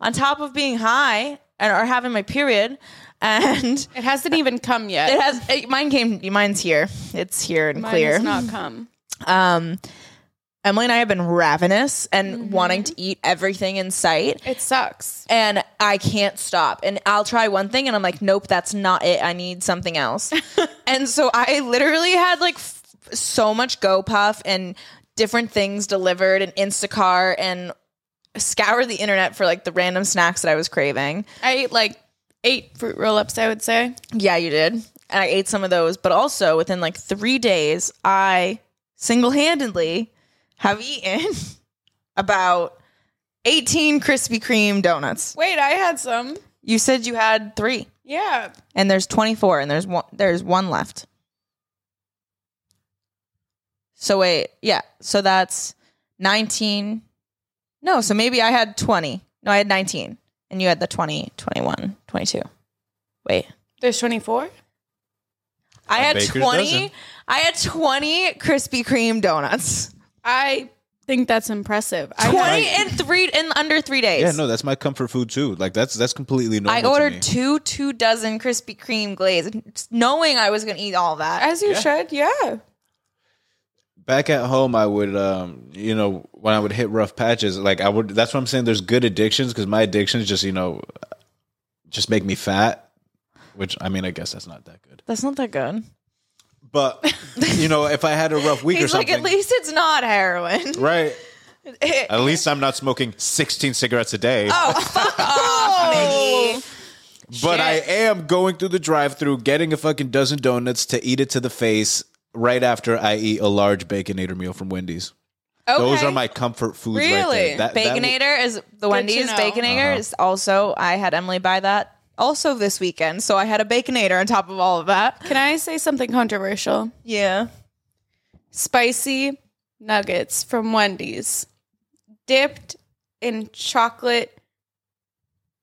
On top of being high and or having my period, and
It hasn't even come yet.
it has it, mine came. Mine's here. It's here and
Mine
clear.
has not come.
um, Emily and I have been ravenous and
Mm-hmm.
wanting to eat everything in sight
It sucks.
and I can't stop. And I'll try one thing and I'm like, nope, that's not it. I need something else. and so I literally had like f- so much GoPuff and different things delivered and Instacart and scoured the internet for like the random snacks that I was craving.
I ate like eight fruit roll ups, I would say.
Yeah, you did. And I ate some of those, but also within like three days, I single handedly have eaten about 18 Krispy Kreme donuts.
Wait, I had some.
You said you had three.
Yeah.
and there's 24 and there's one there's one left so wait yeah so that's 19 no so maybe i had 20 no i had 19 and you had the 20 21 22 wait
There's 24?
i had
baker's
20
dozen.
i had 20 krispy kreme donuts
I think that's impressive. I
20
had-
in three in under three days
Yeah, no, that's my comfort food too. Like that's that's completely normal.
i
to
ordered
me.
two two dozen krispy kreme glaze knowing i was gonna eat all that
as you
Yeah.
should, yeah.
back at home i would um you know when i would hit rough patches like i would that's what i'm saying there's good addictions because my addictions just you know just make me fat which i mean i guess that's not that good
that's not that good
But you know, if I had a rough week or
He's like,
something,
at least it's not heroin.
right? At least I'm not smoking 16 cigarettes a day.
oh,
But I am going through the drive-through, getting a fucking dozen donuts to eat it to the face right after I eat a large baconator meal from Wendy's. Those are my comfort foods. Right
really
there. That- Uh-huh. that will-
Baconator is the Wendy's
know.
Baconator is also. I had Emily buy that also this weekend, so I had a Baconator on top of all of that.
Can I say something controversial?
Yeah,
Spicy nuggets from Wendy's, dipped in chocolate.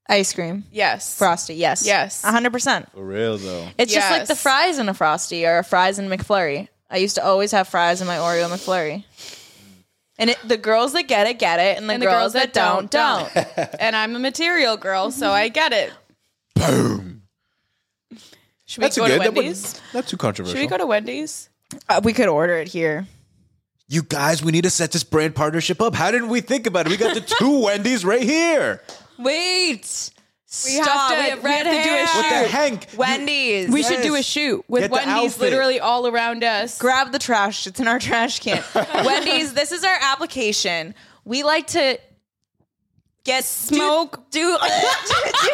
ice cream,
Yes.
frosty. Yes,
Yes.
hundred percent.
for real though.
It's just like
Yes.
the fries in a frosty or a fries in McFlurry. I used to always have fries in my Oreo McFlurry. And it, the girls that get it get it, and the,
And
girls, that, don't don't.
and I'm a material girl, so I get it.
Boom.
Should we
That's a
go
good.
to
That
Wendy's?
wasn't- not too controversial.
Should we go to Wendy's?
Uh, we could order it here.
you guys, we need to set this brand partnership up. How didn't we think about it? We got the two Wendy's right here.
Wait, we
Stop.
have to,
We have red
do a
hair.
shoot.
What the heck?
Wendy's.
We
We
should do a shoot with
Get the
Wendy's
outfit.
literally all around us.
grab the trash. It's in our trash can. Wendy's. This is our application. We like to get
Smoke.
Do. do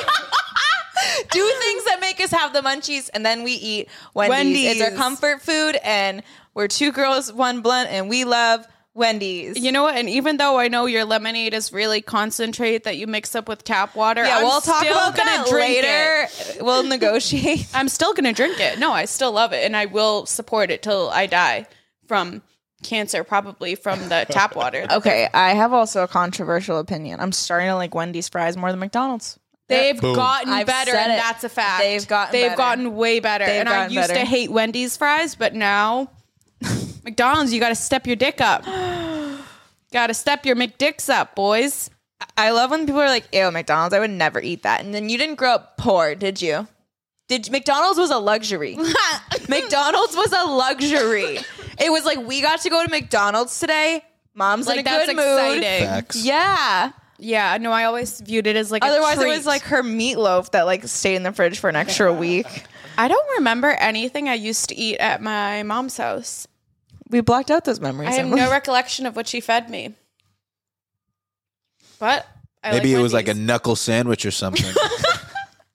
Do things that make us have the munchies, and then we eat Wendy's. It's our
Wendy's.
comfort food, and we're two girls, one blunt, and we love Wendy's.
You know what? And even though I know your lemonade is really concentrate that you mix up with tap water,
yeah,
I'm
we'll talk
still
about
gonna
that
drink it.
later. We'll negotiate.
I'm still gonna drink it. No, I still love it, and I will support it till I die from cancer, probably from the tap water.
Okay, I have also a controversial opinion. I'm starting to like Wendy's fries more than McDonald's.
They've
Boom.
gotten
I've
better,
said
and
it.
that's a fact.
They've gotten
they've
better.
gotten way better.
They've
and I
gotten
used
better.
to hate Wendy's fries, but now McDonald's, you got to step your dick up. got to step your McDicks up, boys.
I love when people are like, "Ew, McDonald's! I would never eat that." And then you didn't grow up poor, did you? Did McDonald's was a luxury. McDonald's was a luxury. It was like we got to go to McDonald's today. Mom's
Like
in a
that's
good
exciting.
mood. Yeah.
Yeah, no, I always viewed it as like. a
Otherwise, it
treat.
was like her meatloaf that like stayed in the fridge for an extra week.
I don't remember anything I used to eat at my mom's house.
We blocked out those memories.
I have
Emily.
no recollection of what she fed me. But I
Maybe
like
it was like a
Wendy's.
knuckle sandwich or something.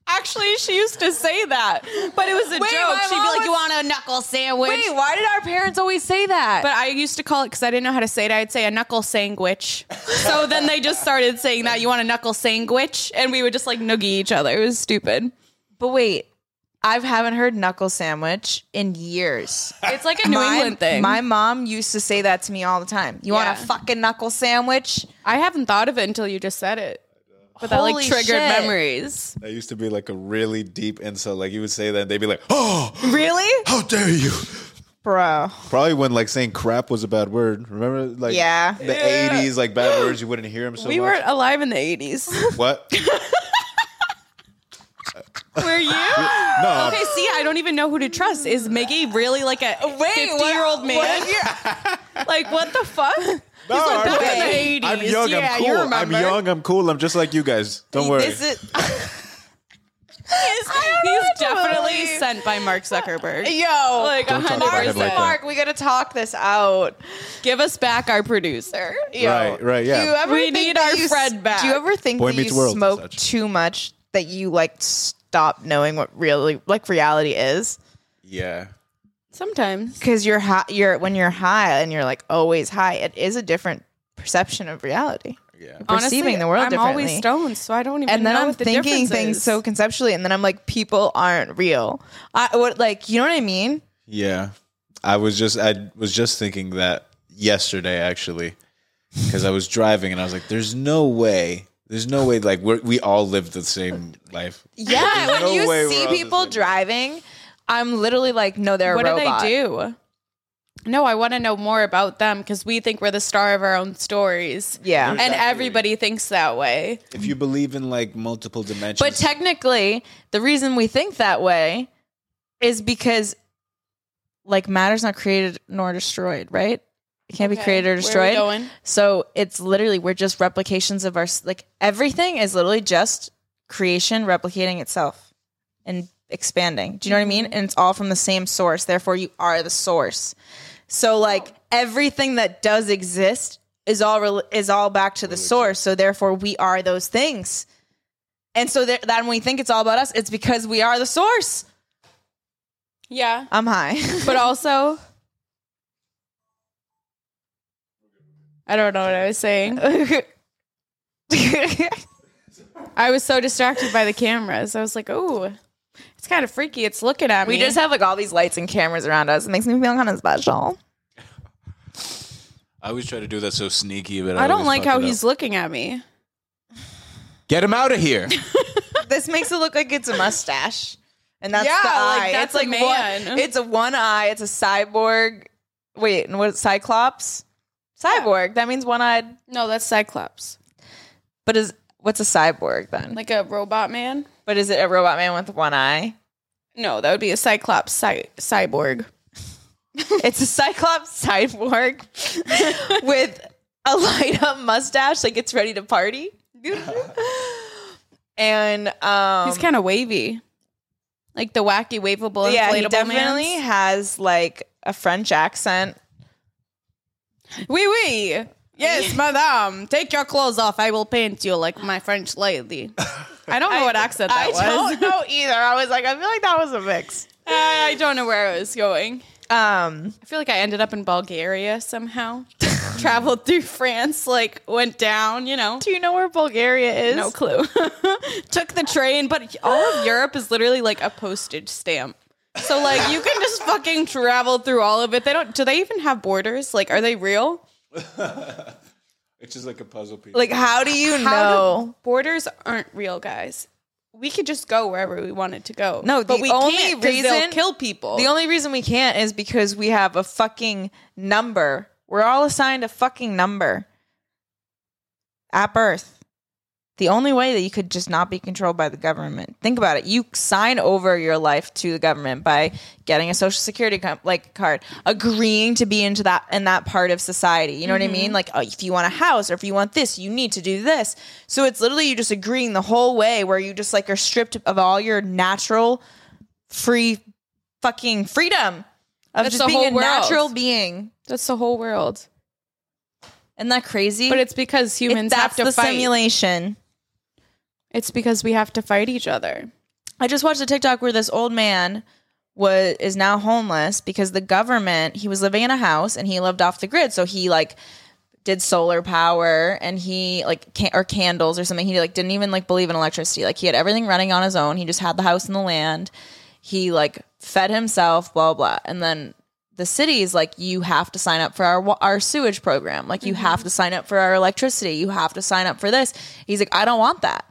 Actually, she used to say that, but it was a
Wait,
joke.
my
She'd be
mom
like, "You
was-
want a knuckle sandwich?"
Wait, why did our parents always say that?
But I used to call it because I didn't know how to say it. I'd say a knuckle sandwich. so then they just started saying that you want a knuckle sandwich, and we would just like noogie each other. It was stupid.
But wait, I haven't heard knuckle sandwich in years.
It's like a New
my,
England thing.
My mom used to say that to me all the time. You want
Yeah.
a fucking knuckle sandwich?
I haven't thought of it until you just said it, but that like
Holy
triggered
shit.
memories.
that used to be like a really deep insult. Like you would say that, and they'd be like, "Oh,
Really?
how dare you!"
Bro.
Probably when like saying crap was a bad word. Remember, like
Yeah.
the '80s, like bad words you wouldn't hear them so
We
much.
weren't alive in the eighties.
what?
Were you? Okay,
No,
see, I don't even know who to trust. Is Miggy really like a
what-
fifty-year-old man? Like what the fuck?
no,
like
I'm,
back in
I'm-
the
I'm
80s.
young.
Yeah,
I'm
you
cool. I'm
remember.
young. I'm cool. I'm just like you guys. Don't worry.
This is,
He's, he's definitely sent by Mark Zuckerberg.
yo,
Like a
Don't
hundred
talk about it
Mark,
like
percent.
that.
Mark, we gotta talk this out.
Give us back our producer.
Yo.
Right, right, yeah.
Do you ever
We
think
need
that
our
you s-
Fred back.
Do you ever think
Boy
that
Meets
you
World and
smoke
such.
too much that you like stop knowing what really like reality is?
yeah.
Sometimes.
because you're high, you're when you're high and you're like always high, it is a different perception of reality.
Yeah.
Perceiving the world
I'm
differently.
always stoned, so I don't even
and then
know
I'm
what the
thinking
difference
things
is.
so conceptually, and then I'm like, people aren't real. I what like you know what I mean?
Yeah. I was just I was just thinking that yesterday actually cuz I was driving and I was like there's no way there's no way like we we all live the same life.
Yeah, when
no
you
way we're
see
all the
people
same.
driving, I'm literally like, no, they're a
what do
robot.
they do? No, I want to know more about them because we think we're the star of our own stories.
Yeah.
And everybody thinks that way.
If you believe in like multiple dimensions.
But technically, the reason we think that way is because like matter's not created nor destroyed, right? It can't be created or
where are we
destroyed.
going?
So it's literally we're just replications of our like everything is literally just creation replicating itself and expanding. Do you know what I mean? And it's all from the same source. Therefore, you are the source. So like everything that does exist is all rel is all back to the source. So therefore, we are those things. And so there, then when we think it's all about us, it's because we are the source.
Yeah.
I'm high.
But also, I don't know what I was saying. I was so distracted by the cameras. I was like, oh, it's kind of freaky. It's looking at
we
me.
just have like all these lights and cameras around us. It makes me feel kind of special.
I always try to do that so sneaky, but I,
I don't
always
like
fuck
how
it up.
he's looking at me.
Get him out of here.
this makes it look like it's a mustache. And that's
Yeah,
the eye.
like,
it's
that's
like One,
a man.
it's a one eye. It's a cyborg. Wait, and what? Cyclops. Cyborg. That means one eyed.
No, that's Cyclops.
But is what's a cyborg then? Like,
Like a robot man?
but is it a robot man with one eye?
No, that would be a Cyclops cy- cyborg.
it's a Cyclops cyborg with a light up mustache, like it's ready to party. and um,
He's kind of wavy. Like the wacky, waveable, inflatable
yeah, he
definitely.
definitely has like a French accent.
Oui, oui. Yes, madame. Take your clothes off. I will paint you like my French lady. I don't know what accent that
I
was.
don't know either. I was like, I feel like that was a mix.
I don't know where I was going.
Um,
I feel like I ended up in Bulgaria somehow. Traveled through France, like went down, you know.
do you know where Bulgaria is?
No clue. Took the train, but all of Europe is literally like a postage stamp. So like you can just fucking travel through all of it. They don't do they even have borders? Like are they real?
It's just like a puzzle piece.
Like, how do you
How
know?
do- borders aren't real, guys. We could just go wherever we wanted to go.
No,
but
the
we
only
can't 'cause they'll
reason-
kill people.
the only reason we can't is because we have a fucking number. We're all assigned a fucking number at birth. The only way that you could just not be controlled by the government. Think about it. You sign over your life to the government by getting a social security com- like card, agreeing to be into that in that part of society. You know what I mean? Like oh, if you want a house or if you want this, you need to do this. So it's literally you just agreeing the whole way where you just like are stripped of all your natural free fucking freedom of
That's
just
the
being a
whole world.
natural being.
That's the whole world.
Isn't that crazy?
But it's because
It-
humans have
that's
to
the
fight.
simulation.
It's because we have to fight each other.
I just watched a TikTok where this old man was is now homeless because the government he was living in a house and he lived off the grid, so he like did solar power and he like can- or candles or something. He like didn't even like believe in electricity. Like he had everything running on his own. He just had the house and the land. He like fed himself, blah blah. And then the city is like you have to sign up for our wa- our sewage program. Like you have to sign up for our electricity. You have to sign up for this. He's like I don't want that.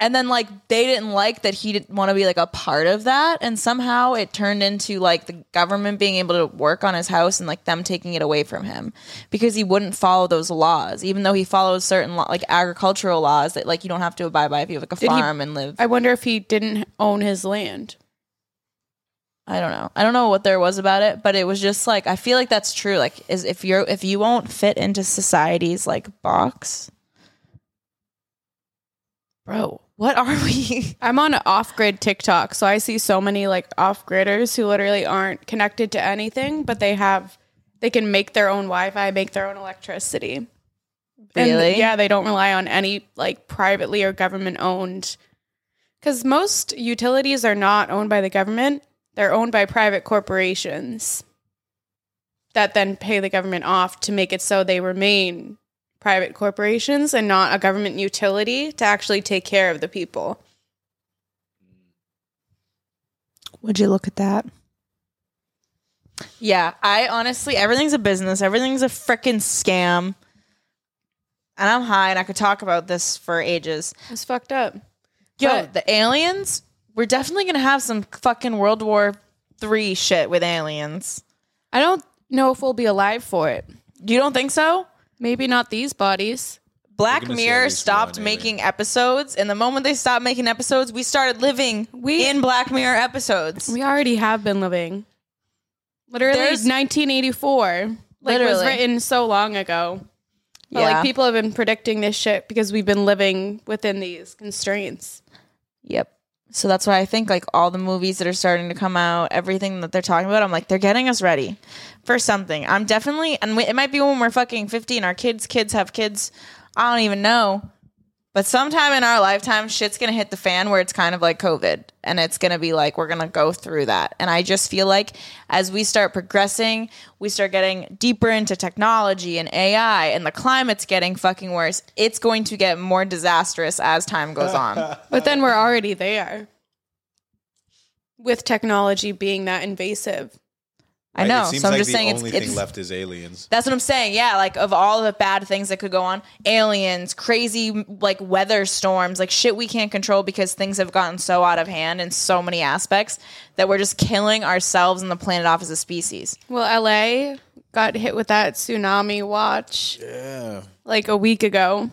And then like they didn't like that he didn't want to be like a part of that and somehow it turned into like the government being able to work on his house and like them taking it away from him because he wouldn't follow those laws even though he followed certain lo- like agricultural laws that like you don't have to abide by if you have like a
he-
farm and live
I wonder if he didn't own his land.
I don't know. I don't know what there was about it, but it was just like I feel like that's true. Like is if you're if you won't fit into society's like box. Bro, what are we?
I'm on off grid TikTok, so I see so many like off gridders who literally aren't connected to anything, but they have they can make their own Wi Fi, make their own electricity. And,
Really?
yeah, they don't rely on any like privately or government owned because most utilities are not owned by the government. They're owned by private corporations that then pay the government off to make it so they remain private corporations and not a government utility to actually take care of the people.
Would you look at that? Yeah, I honestly, everything's a business. Everything's a freaking scam. And I'm high, and I could talk about this for ages.
It's fucked up.
Yo,
But-
the aliens. We're definitely gonna have some fucking World War Three shit with aliens.
I don't know if we'll be alive for it.
You don't think so?
Maybe not these bodies.
Black
gonna see
Mirror
at least
stopped
one, I think.
making episodes, and the moment they stopped making episodes, we started living
We-
in Black Mirror episodes.
We already have been living. Literally
There's-
1984. Like it was
Literally.
written so long ago. But
Yeah.
like people have been predicting this shit because we've been living within these constraints.
Yep. So that's why I think like all the movies that are starting to come out, everything that they're talking about, I'm like they're getting us ready for something. I'm definitely, and we, it might be when we're fucking 50 and our kids' kids have kids. I don't even know, but sometime in our lifetime, shit's gonna hit the fan where it's kind of like COVID, and it's gonna be like we're gonna go through that. And I just feel like as we start progressing, we start getting deeper into technology and AI, and the climate's getting fucking worse. It's going to get more disastrous as time goes on.
But then we're already there with technology being that invasive.
I know.
It seems
so I'm
like
just
the
saying it's,
only
it's
thing left is aliens.
That's what I'm saying. Yeah, like of all the bad things that could go on, aliens, crazy like weather storms, like shit we can't control because things have gotten so out of hand in so many aspects that we're just killing ourselves and the planet off as a species.
Well, LA got hit with that tsunami watch
Yeah.
like a week ago.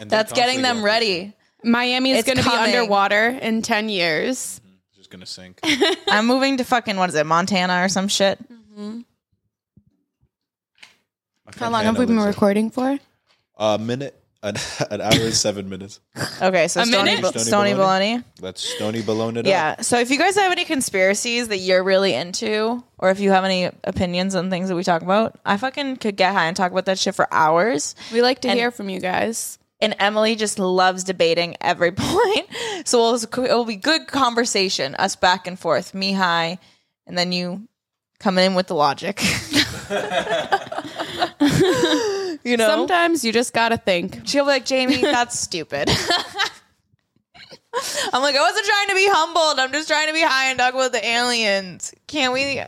And they're
That's getting
constantly
them
going-
ready.
Miami is
It's
going to be
coming.
underwater in 10 years.
Just gonna sink.
I'm moving to fucking what is it, Montana or some shit?
How long have we been recording for?
A Uh, minute, an, an hour and seven minutes.
Okay, so
A
Stony,
minute?
Bo- Stony Baloney.
Let's stony balone it up.
Yeah. So if you guys have any conspiracies that you're really into, or if you have any opinions on things that we talk about, I fucking could get high and talk about that shit for hours.
We like to
And-
hear from you guys.
and Emily just loves debating every point. So it'll, it'll be good conversation, us back and forth, me high, and then you coming in with the logic. you know,
Sometimes you just got to think.
she'll be like, Jamie, that's stupid. I'm like, I wasn't trying to be humbled. I'm just trying to be high and talk about the aliens. Can we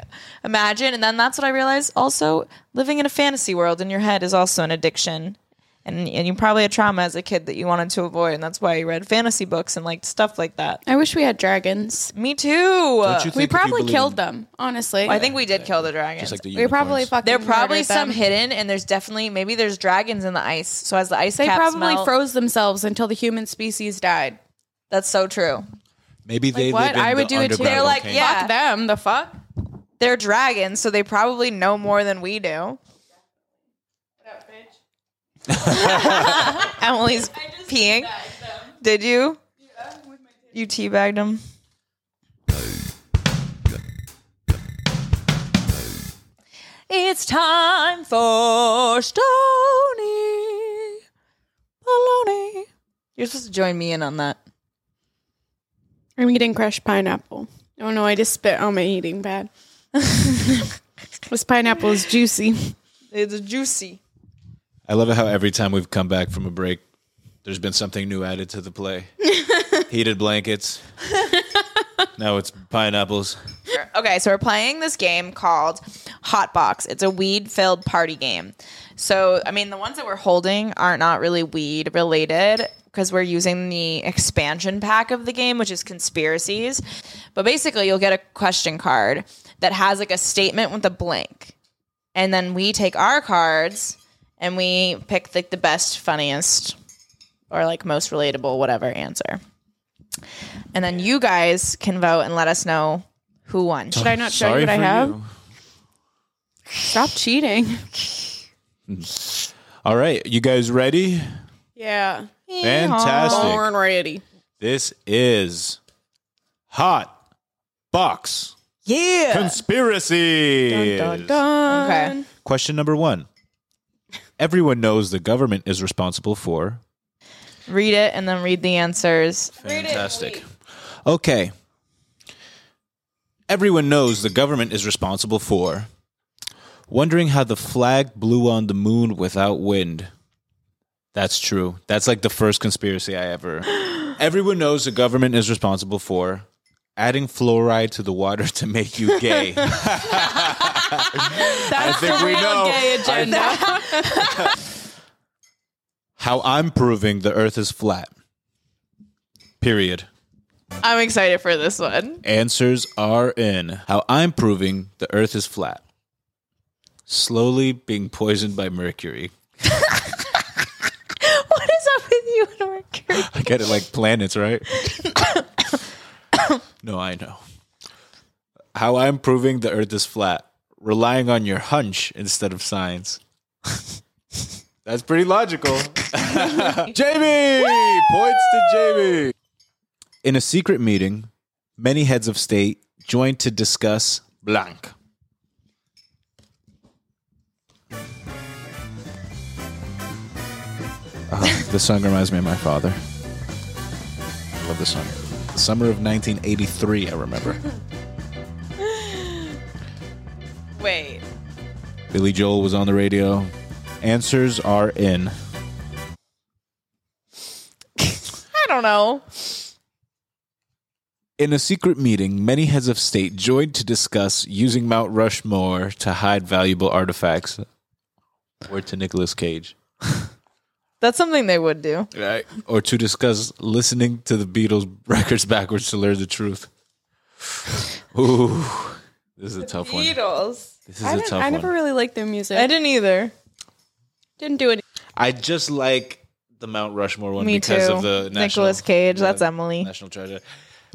imagine? And then that's what I realized. Also, living in a fantasy world in your head is also an addiction. And, and you probably had trauma as a kid that you wanted to avoid. And that's why you read fantasy books and like stuff like that.
I wish we had dragons.
Me too.
you
We
think if you
probably
believe
killed
in-
them, honestly.
I think we did kill the dragons.
Just like the
we probably
unicorns.
fucking
There are probably
murdered
some
them.
hidden, and there's definitely maybe there's dragons in the ice. So as the ice
They
caps
probably
melt,
froze themselves until the human species died.
that's so true.
Maybe they
what?
live in
I would
the
do it too.
underground
They're like,
volcano.
yeah.
Fuck them. The fuck?
They're dragons, so they probably know more than we do. Emily's peeing. Did you? Yeah, with my You teabagged him. it's time for Stony Baloney. You're supposed to join me in on that.
I'm eating crushed pineapple. Oh no, I just spit on my eating pad. this pineapple is juicy.
It's juicy.
I love it how every time we've come back from a break, there's been something new added to the play. Heated blankets. now it's pineapples.
Okay, so we're playing this game called Hot Box. It's a weed-filled party game. So, I mean, the ones that we're holding are not really weed related because we're using the expansion pack of the game, which is conspiracies. But basically, you'll get a question card that has like a statement with a blank. And then we take our cards and we pick like the best, funniest, or like most relatable, whatever answer. And then you guys can vote and let us know who won.
Should I not show you what I have? Stop cheating.
All right, you guys ready?
Yeah.
Fantastic.
Born ready.
This is hot box
Uh,
Yeah.
conspiracy.
Okay.
Question number one. Everyone knows the government is responsible for.
Read it and then read the answers.
Fantastic. Okay. Everyone knows the government is responsible for wondering how the flag blew on the moon without wind. That's true. That's like the first conspiracy I ever. Everyone knows the government is responsible for adding fluoride to the water to make you gay.
That's
think
the
we
real
know.
gay agenda.
how I'm proving the earth is flat. Period.
I'm excited for this one.
Answers are in. How I'm proving the earth is flat. Slowly being poisoned by mercury.
What is up with you and Mercury?
I get it like planets, right? no, I know. How I'm proving the earth is flat. Relying on your hunch instead of science. That's pretty logical. Jamie! Points to Jamie. In a secret meeting, many heads of state joined to discuss blank. Ah, this song reminds me of my father. I love this song. The summer of 1983, I remember.
Wait.
Billy Joel was on the radio. Answers are in.
I don't know.
In a secret meeting, many heads of state joined to discuss using Mount Rushmore to hide valuable artifacts. Or to Nicolas Cage.
That's something they would do.
Right. Or to discuss listening to the Beatles records backwards to learn the truth. Ooh. This is a tough one.
Beatles.
This is
I,
a
didn't-
tough
I
one.
never really liked their music.
I
I
didn't either.
didn't do it.
I just like the Mount Rushmore one
Me
because
too.
of the national,
Nicholas Cage. That's
the
Emily.
national treasure.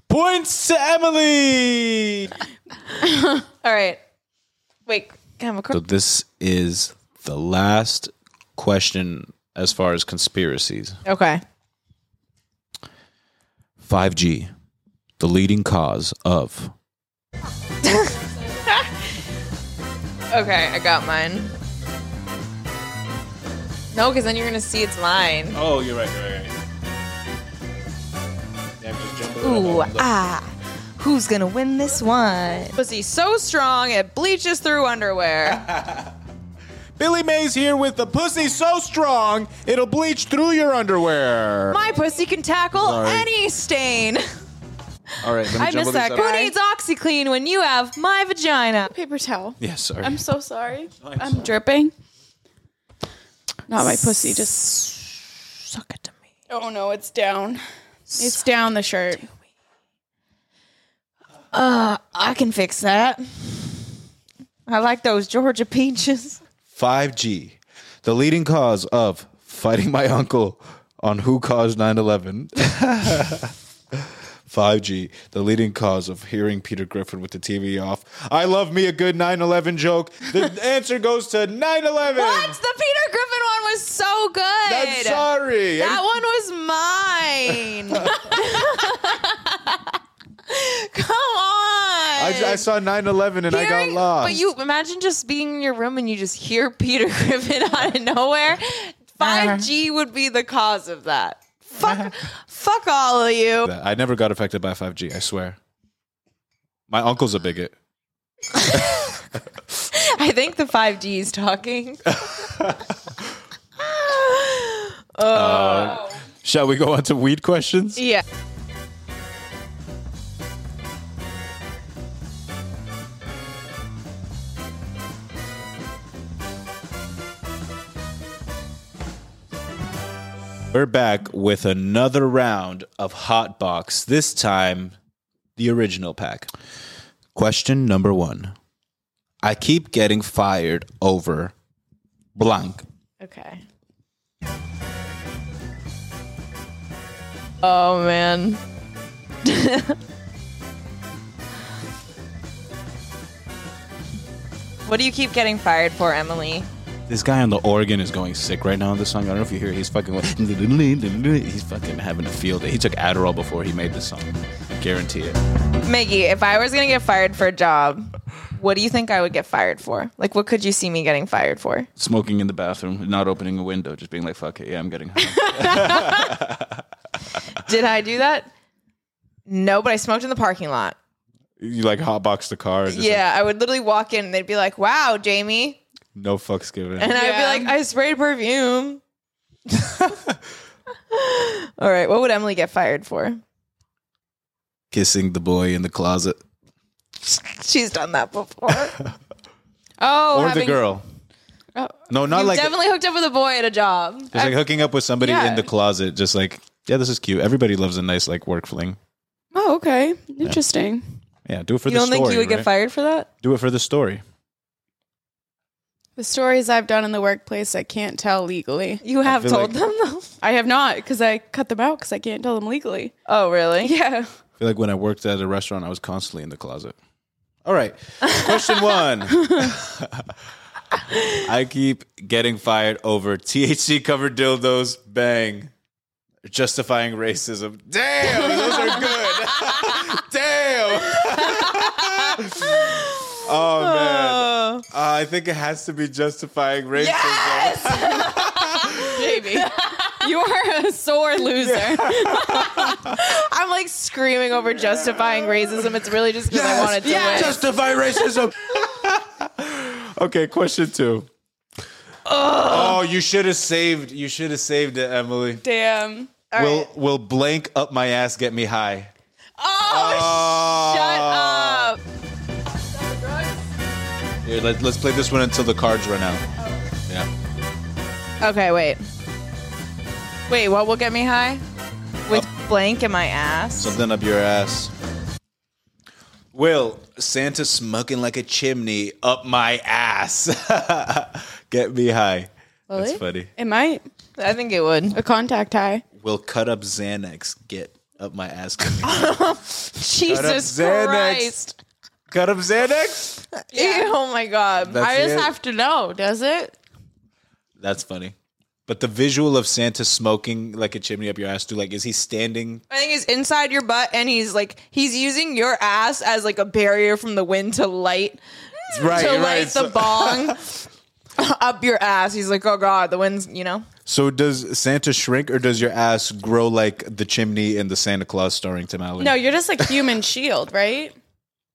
Points to Emily.
All right. Wait. Can I have a
So
cr-
this is the last question as far as conspiracies.
okay.
5G, the leading cause of
Okay. I got mine. No, because then you're gonna see it's mine.
Oh, you're right, you're right, right.
Ooh ah. Who's gonna win this one? Pussy so strong it bleaches through underwear.
Billy Mays here with the pussy so strong it'll bleach through your underwear.
My pussy can tackle
Sorry.
any stain.
All right, let me
I
jumble
missed
this
that
up.
guy.
Who needs OxyClean when you have my vagina?
Paper towel.
Yeah, sorry.
I'm so sorry. I'm, dripping. Not my pussy. Just
Suck it to me.
oh no, it's down. It's down the shirt.
I can fix that. I like those Georgia peaches.
5G, the leading cause of fighting my uncle on who caused 9 11. 5G, the leading cause of hearing Peter Griffin with the TV off. I love me a good 9 11 joke. The answer goes to 9
What?
11.
The Peter Griffin one was so good.
I'm sorry.
That one was mine. Come on.
I, I saw 9 11 and I got
Hearing-
lost.
But you imagine just being in your room and you just hear Peter Griffin out of nowhere. 5G would be the cause of that. Fuck, fuck all of you.
That- I never got affected by 5G, I swear. My uncle's a bigot.
I think the 5G is talking.
Shall we go on to weed questions?
Yeah.
We're back with another round of Hot Box. This time, the original pack. Question number one. I keep getting fired over blank.
Okay. Oh man. what do you keep getting fired for, Emily?
This guy on the organ is going sick right now on this song. I don't know if you hear. He's fucking. He's fucking having a field day. He took Adderall before he made this song. I guarantee it.
Maggie, if I was gonna get fired for a job, what do you think I would get fired for? Like, what could you see me getting fired for?
Smoking in the bathroom, not opening a window, just being like, "Fuck it, yeah, I'm getting." High.
Did I do that? No, but I smoked in the parking lot.
you like hotbox the car. Just
Yeah, I would literally walk in and they'd be like, wow, Jamie.
no fucks given.
And
Yeah.
I'd be like, I sprayed perfume. All right, what would Emily get fired for?
Kissing the boy in the closet
She's done that before.
Oh,
or the
having-
girl.
Oh.
No, not
you
like
definitely hooked up with a boy at a job.
It's like hooking up with somebody
Yeah.
in the closet, just like, yeah, this is cute. Everybody loves a nice like work fling.
Oh, okay. Interesting.
Yeah, do it for
you
the
don't
story.
think you would get
right?
fired for that?
Do it for the story.
The stories I've done in the workplace, I can't tell legally.
You have
feel
told
like-
them though.
I have not because I cut them out because I can't tell them legally.
Oh, really?
Yeah.
I feel like when I worked at a restaurant, I was constantly in the closet. All right. Question one. I keep getting fired over THC covered dildos. Bang. justifying racism. Damn, those are good. Damn. oh man, uh, I think it has to be justifying racism.
Jamie, you are a sore loser.
I'm like screaming over justifying racism. It's really just because I want to do
Yes.
it.
Justify racism. okay, question two. Oh, you should have saved. You should have saved it, Emily.
Damn.
will will blank up my ass get me high?
Oh, shut up.
Here, let, let's play this one until the cards run out. Yeah.
Okay, wait. Wait, what will get me high?
with blank in my ass.
Something up your ass. Will, Santa smoking like a chimney up my ass. Get me high. That's funny.
It might.
I think it would.
A contact high.
Will cut up Xanax. Get up my ass. Get me high.
Jesus
Cut up Xanax.
Christ.
cut up Xanax?
Ew, oh my God.
That's
I just
it.
have to know, does it?
That's funny. But the visual of Santa smoking like a chimney up your ass, too, like, is he standing?
I think he's inside your butt and he's like he's using your ass as like a barrier from the wind to light
Right,
to light the bong up your ass. He's like, oh god, the wind's you know.
So does Santa shrink or does your ass grow like the chimney in the Santa Claus starring Tim Allen?
No, you're just like human shield, right?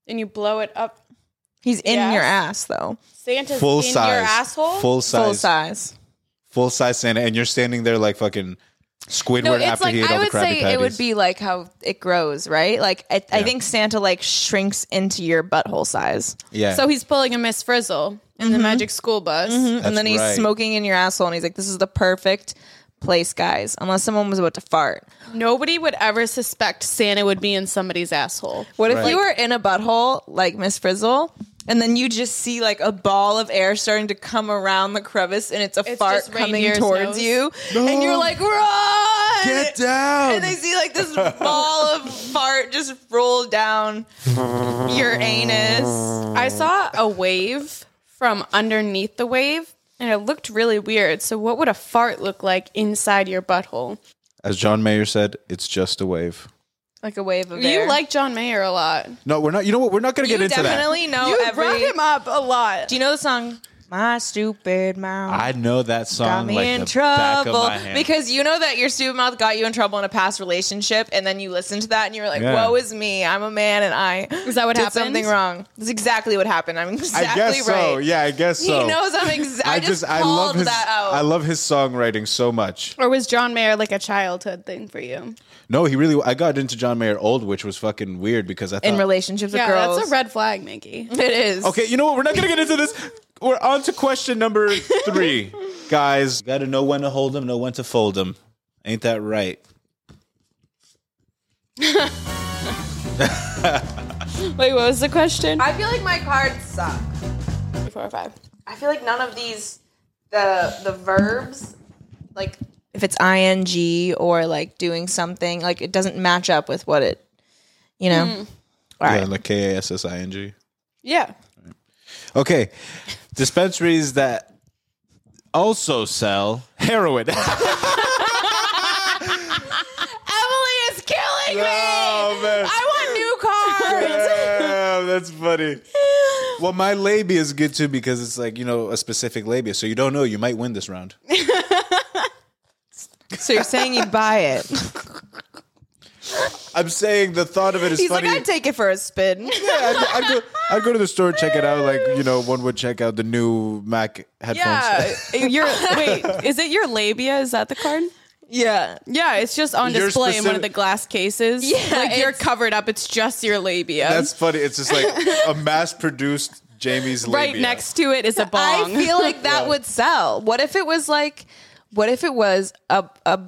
And you blow it up.
He's in
Yes.
your ass though,
Santa's
full
in
size.
your asshole.
Full size.
full size.
Full size Santa and you're standing there like fucking Squidward
No, it's
after
like
he ate
I
all the
would
Krabby
say
Patties.
it would be like how it grows, right? Like I, I think Santa like shrinks into your butthole size,
yeah.
So he's pulling a Miss Frizzle in the Magic School Bus.
That's
and then he's
right.
smoking in your asshole, and he's like, "This is the perfect place, guys." Unless someone was about to fart.
Nobody would ever suspect Santa would be in somebody's asshole.
What if
Right.
you were in a butthole like Miss Frizzle, and then you just see like a ball of air starting to come around the crevice, and it's a
It's
fart
just
coming
reindeer's
towards
nose.
you, and you're like, "Run!"
Get down.
and they see like this ball of fart just roll down your anus.
I saw a wave from underneath the wave and it looked really weird. So, what would a fart look like inside your butthole?
As John Mayer said, it's just a wave.
Like a wave of
You like John Mayer a lot.
No, we're not. You know what? We're not going to
you
get into that.
definitely know
you
every.
brought him up a lot.
Do you know the song? My stupid mouth.
I know that song
got me
like
in
the back of
trouble
my hand.
because you know that your stupid mouth got you in trouble in a past relationship, and then you listened to that and you were like,
Yeah.
"Woe is me! I'm a man and I
Is that what
did
happened?
something wrong." That's exactly what happened. I'm exactly
I guess
right.
so. Yeah, I guess so.
He knows I'm exactly. I just
I
called
love his
that out.
I love his songwriting so much.
Or was John Mayer like a childhood thing for you?
No, he really. I got into John Mayer old, which was fucking weird because I thought.
in relationships with
Yeah,
girls.
that's a red flag, Mickey. Oh.
it is.
okay, you know what? We're not gonna get into this. We're on to question number three, guys. Got to know when to hold them, know when to fold them. Ain't that right?
Wait, what was the question?
I feel like my cards suck.
Four or five.
I feel like none of these the the verbs like if it's ing or like doing something like it doesn't match up with what it you know. All right.
Yeah, like K A S S I N G.
Yeah.
Okay, dispensaries that also sell heroin.
Emily is killing me.
oh man.
I want new cards.
Damn, that's funny. Well, my labia is good too because it's like you know a specific labia, so you don't know. You might win this round.
so you're saying you'd buy it? He's
I'm saying the thought of it is funny.
like, I'd take it for a spin.
yeah, I'd, I'd go, I'd go to the store check it out. Like you know, one would check out the new Mac headphones.
Yeah. your wait, is it your labia? Is that the card?
yeah.
Yeah, it's just on
Your
display in one
specific-
of the glass cases. Yeah, like you're covered up. It's just your labia.
That's funny. It's just like a mass-produced Jamie's labia.
right next to it is a
I
bong.
feel like that would sell. What if it was like, what if it was a a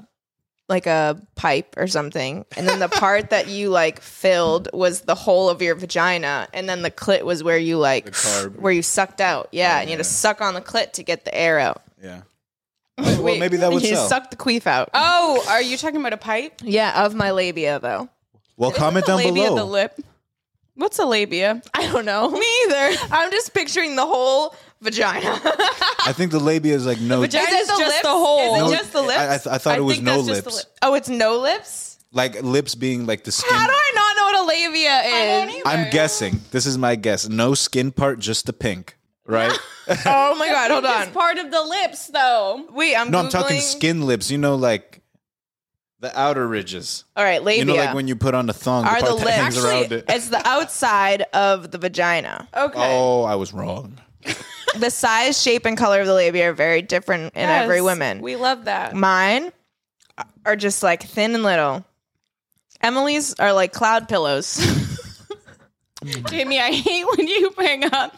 like a pipe or something, and then the part that you like filled was the hole of your vagina, and then the clit was where you like
carb. Oh,
where you sucked out. Yeah, and you had to suck on the clit to get the air out.
Yeah. Well, maybe that would
you
sell.
sucked the queef out.
oh, are you talking about a pipe?
Yeah, of my labia though.
Well, comment
The
down
labia,
below.
the lip. What's a labia?
I don't know. Me either. I'm just picturing the whole
vagina.
I think the labia is like no.
Vagina is
the
just
lips?
the hole.
Is it
no-
just the lips?
I, I, th- I thought it was
think
no
that's just the
lips.
lip.
oh, it's no lips.
like lips being like the skin.
How do I not know what a labia is?
I'm guessing. This is my guess. No skin part, just the pink. Right?
Oh my god, hold
It's
on.
part of the lips, though.
Wait, I'm
no, I'm talking
Googling-
skin lips. You know, like the outer ridges.
All right, labia
You know, like when you put on a thong,
are
the
the
part that
lips.
hangs around
Actually,
it.
it's the outside of the vagina.
Okay.
Oh, I was wrong.
The size, shape, and color of the labia are very different in
Yes,
every woman. Mm.
We love that.
Mine are just like thin and little. Emily's are like cloud pillows.
Jamie, I hate when you bring up.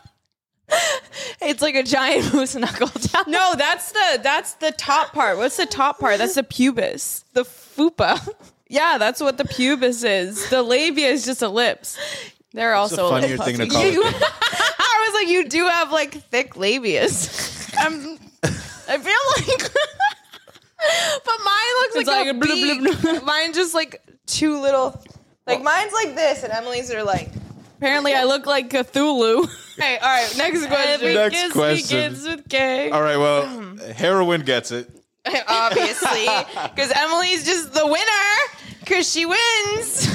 it's like a giant moose knuckle down.
No, that's the that's the top part. What's the top part? That's the pubis. The fupa. Yeah, that's what the pubis is. The labia is just a lips. They're
It's a
also
funnier
lips.
thing to call it.
I was like, you do have like thick labias.
I'm,
I feel like, but mine looks
It's
like,
like
a
a blub,
beak. Mine just like two little, like mine's like this, and Emily's are like.
apparently, I look like Cthulhu.
Hey, all right, next
Every
question.
Next
kiss
question.
begins with K.
All right, well, heroin gets it.
Obviously, because Emily's just the winner, because she wins.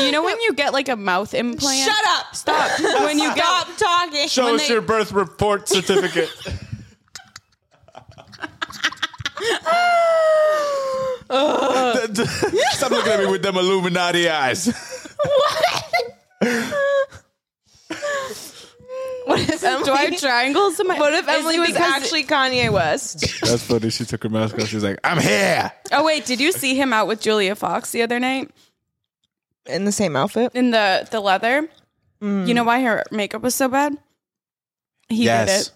You know when you get like a mouth implant?
Shut up!
Stop. When you
Stop talking.
Show
When
us
they-
your birth report certificate. Stop looking at me with them Illuminati eyes.
What if Emily?
do I have triangles in my
what if
Is it
Emily was
because-
actually Kanye West?
That's funny. She took her mask off. She's like, I'm here.
Oh wait, did you see him out with Julia Fox the other night?
In the same outfit?
in the the leather.
Mm.
You know why her makeup was so bad? He
yes.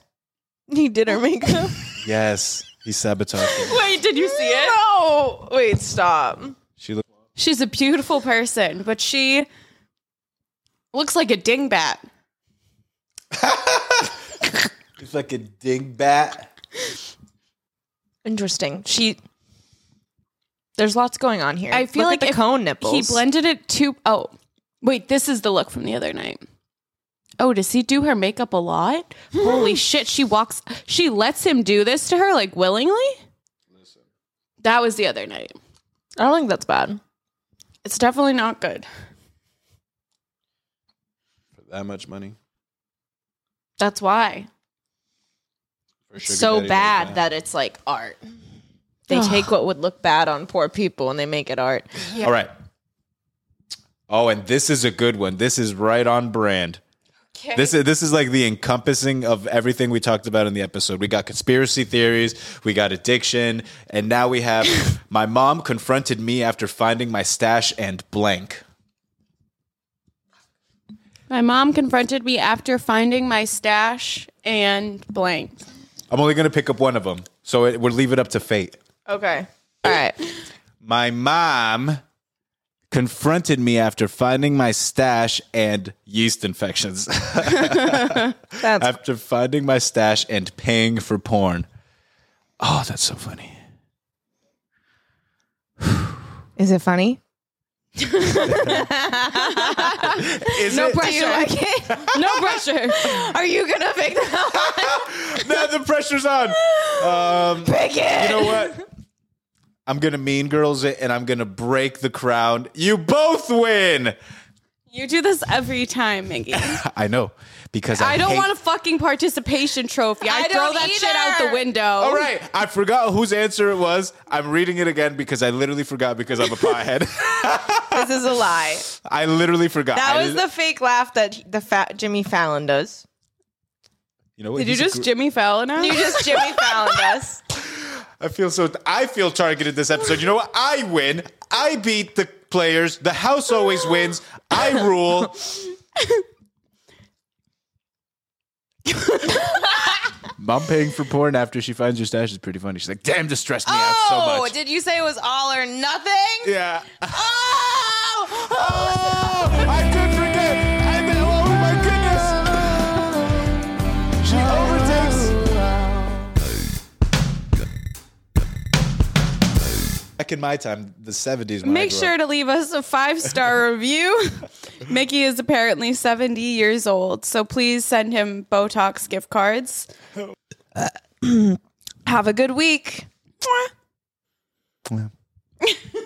He did her makeup.
Yes. He sabotaged her.
did it. Wait, did you see it?
no! Wait, stop.
She looked.
She's a beautiful person, but she looks like a dingbat.
It's like a dingbat.
Interesting. She. There's lots going on here.
I feel
Look
like
at
if
the cone nipples.
He blended it too. Oh, wait, this is the look from the other night. Oh, does he do her makeup a lot? Holy shit, she walks. She lets him do this to her like willingly. That was the other night.
I don't think that's bad.
It's definitely not good.
For that much money.
That's why.
For sugar
So
daddy
bad
like
that it's like art. They take what would look bad on poor people and they make it art.
All right. Oh, and this is a good one. This is right on brand. This is this is like the encompassing of everything we talked about in the episode. We got conspiracy theories, we got addiction, and now we have my mom confronted me after finding my stash and blank.
My mom confronted me after finding my stash and blank.
I'm only gonna pick up one of them, so it, we'll leave it up to fate.
Okay. All right.
My mom confronted me after finding my stash and yeast infections.
That's
after finding my stash and paying for porn. Oh, that's so funny.
Is it funny?
Is no
Do you like it?
No pressure.
Are you gonna pick that one?
Now the pressure's on. Um,
Pick it?
you know what? I'm gonna mean girls it, and I'm gonna break the crown. You both win.
You do this every time, Miggy.
I know because I,
I don't
hate-
want a fucking participation trophy. I,
I
throw
don't
that shit out
either.
the window.
All right, I forgot whose answer it was. I'm reading it again because I literally forgot because I'm a pothead.
This is a lie.
I literally forgot.
That
I
was
li-
the fake laugh that he- the fat Jimmy Fallon does.
You know what?
Did you
He's a
just
gr-
Jimmy Fallon out?
You just Jimmy Fallon us.
I feel so. I feel targeted this episode. You know what? I win. I beat the players. The house always wins. I rule. Mom paying for porn after she finds your stash is pretty funny. She's like, "Damn, this stressed me out so much."
Oh, did you say it was all or nothing?
yeah.
Oh!
Oh, I did forget. I did, oh my goodness. She overtakes. Back in my time, the seventies.
Make sure to leave us a five star review. Mickey is apparently 70 years old, so please send him Botox gift cards. Have a good week. Mwah.
to.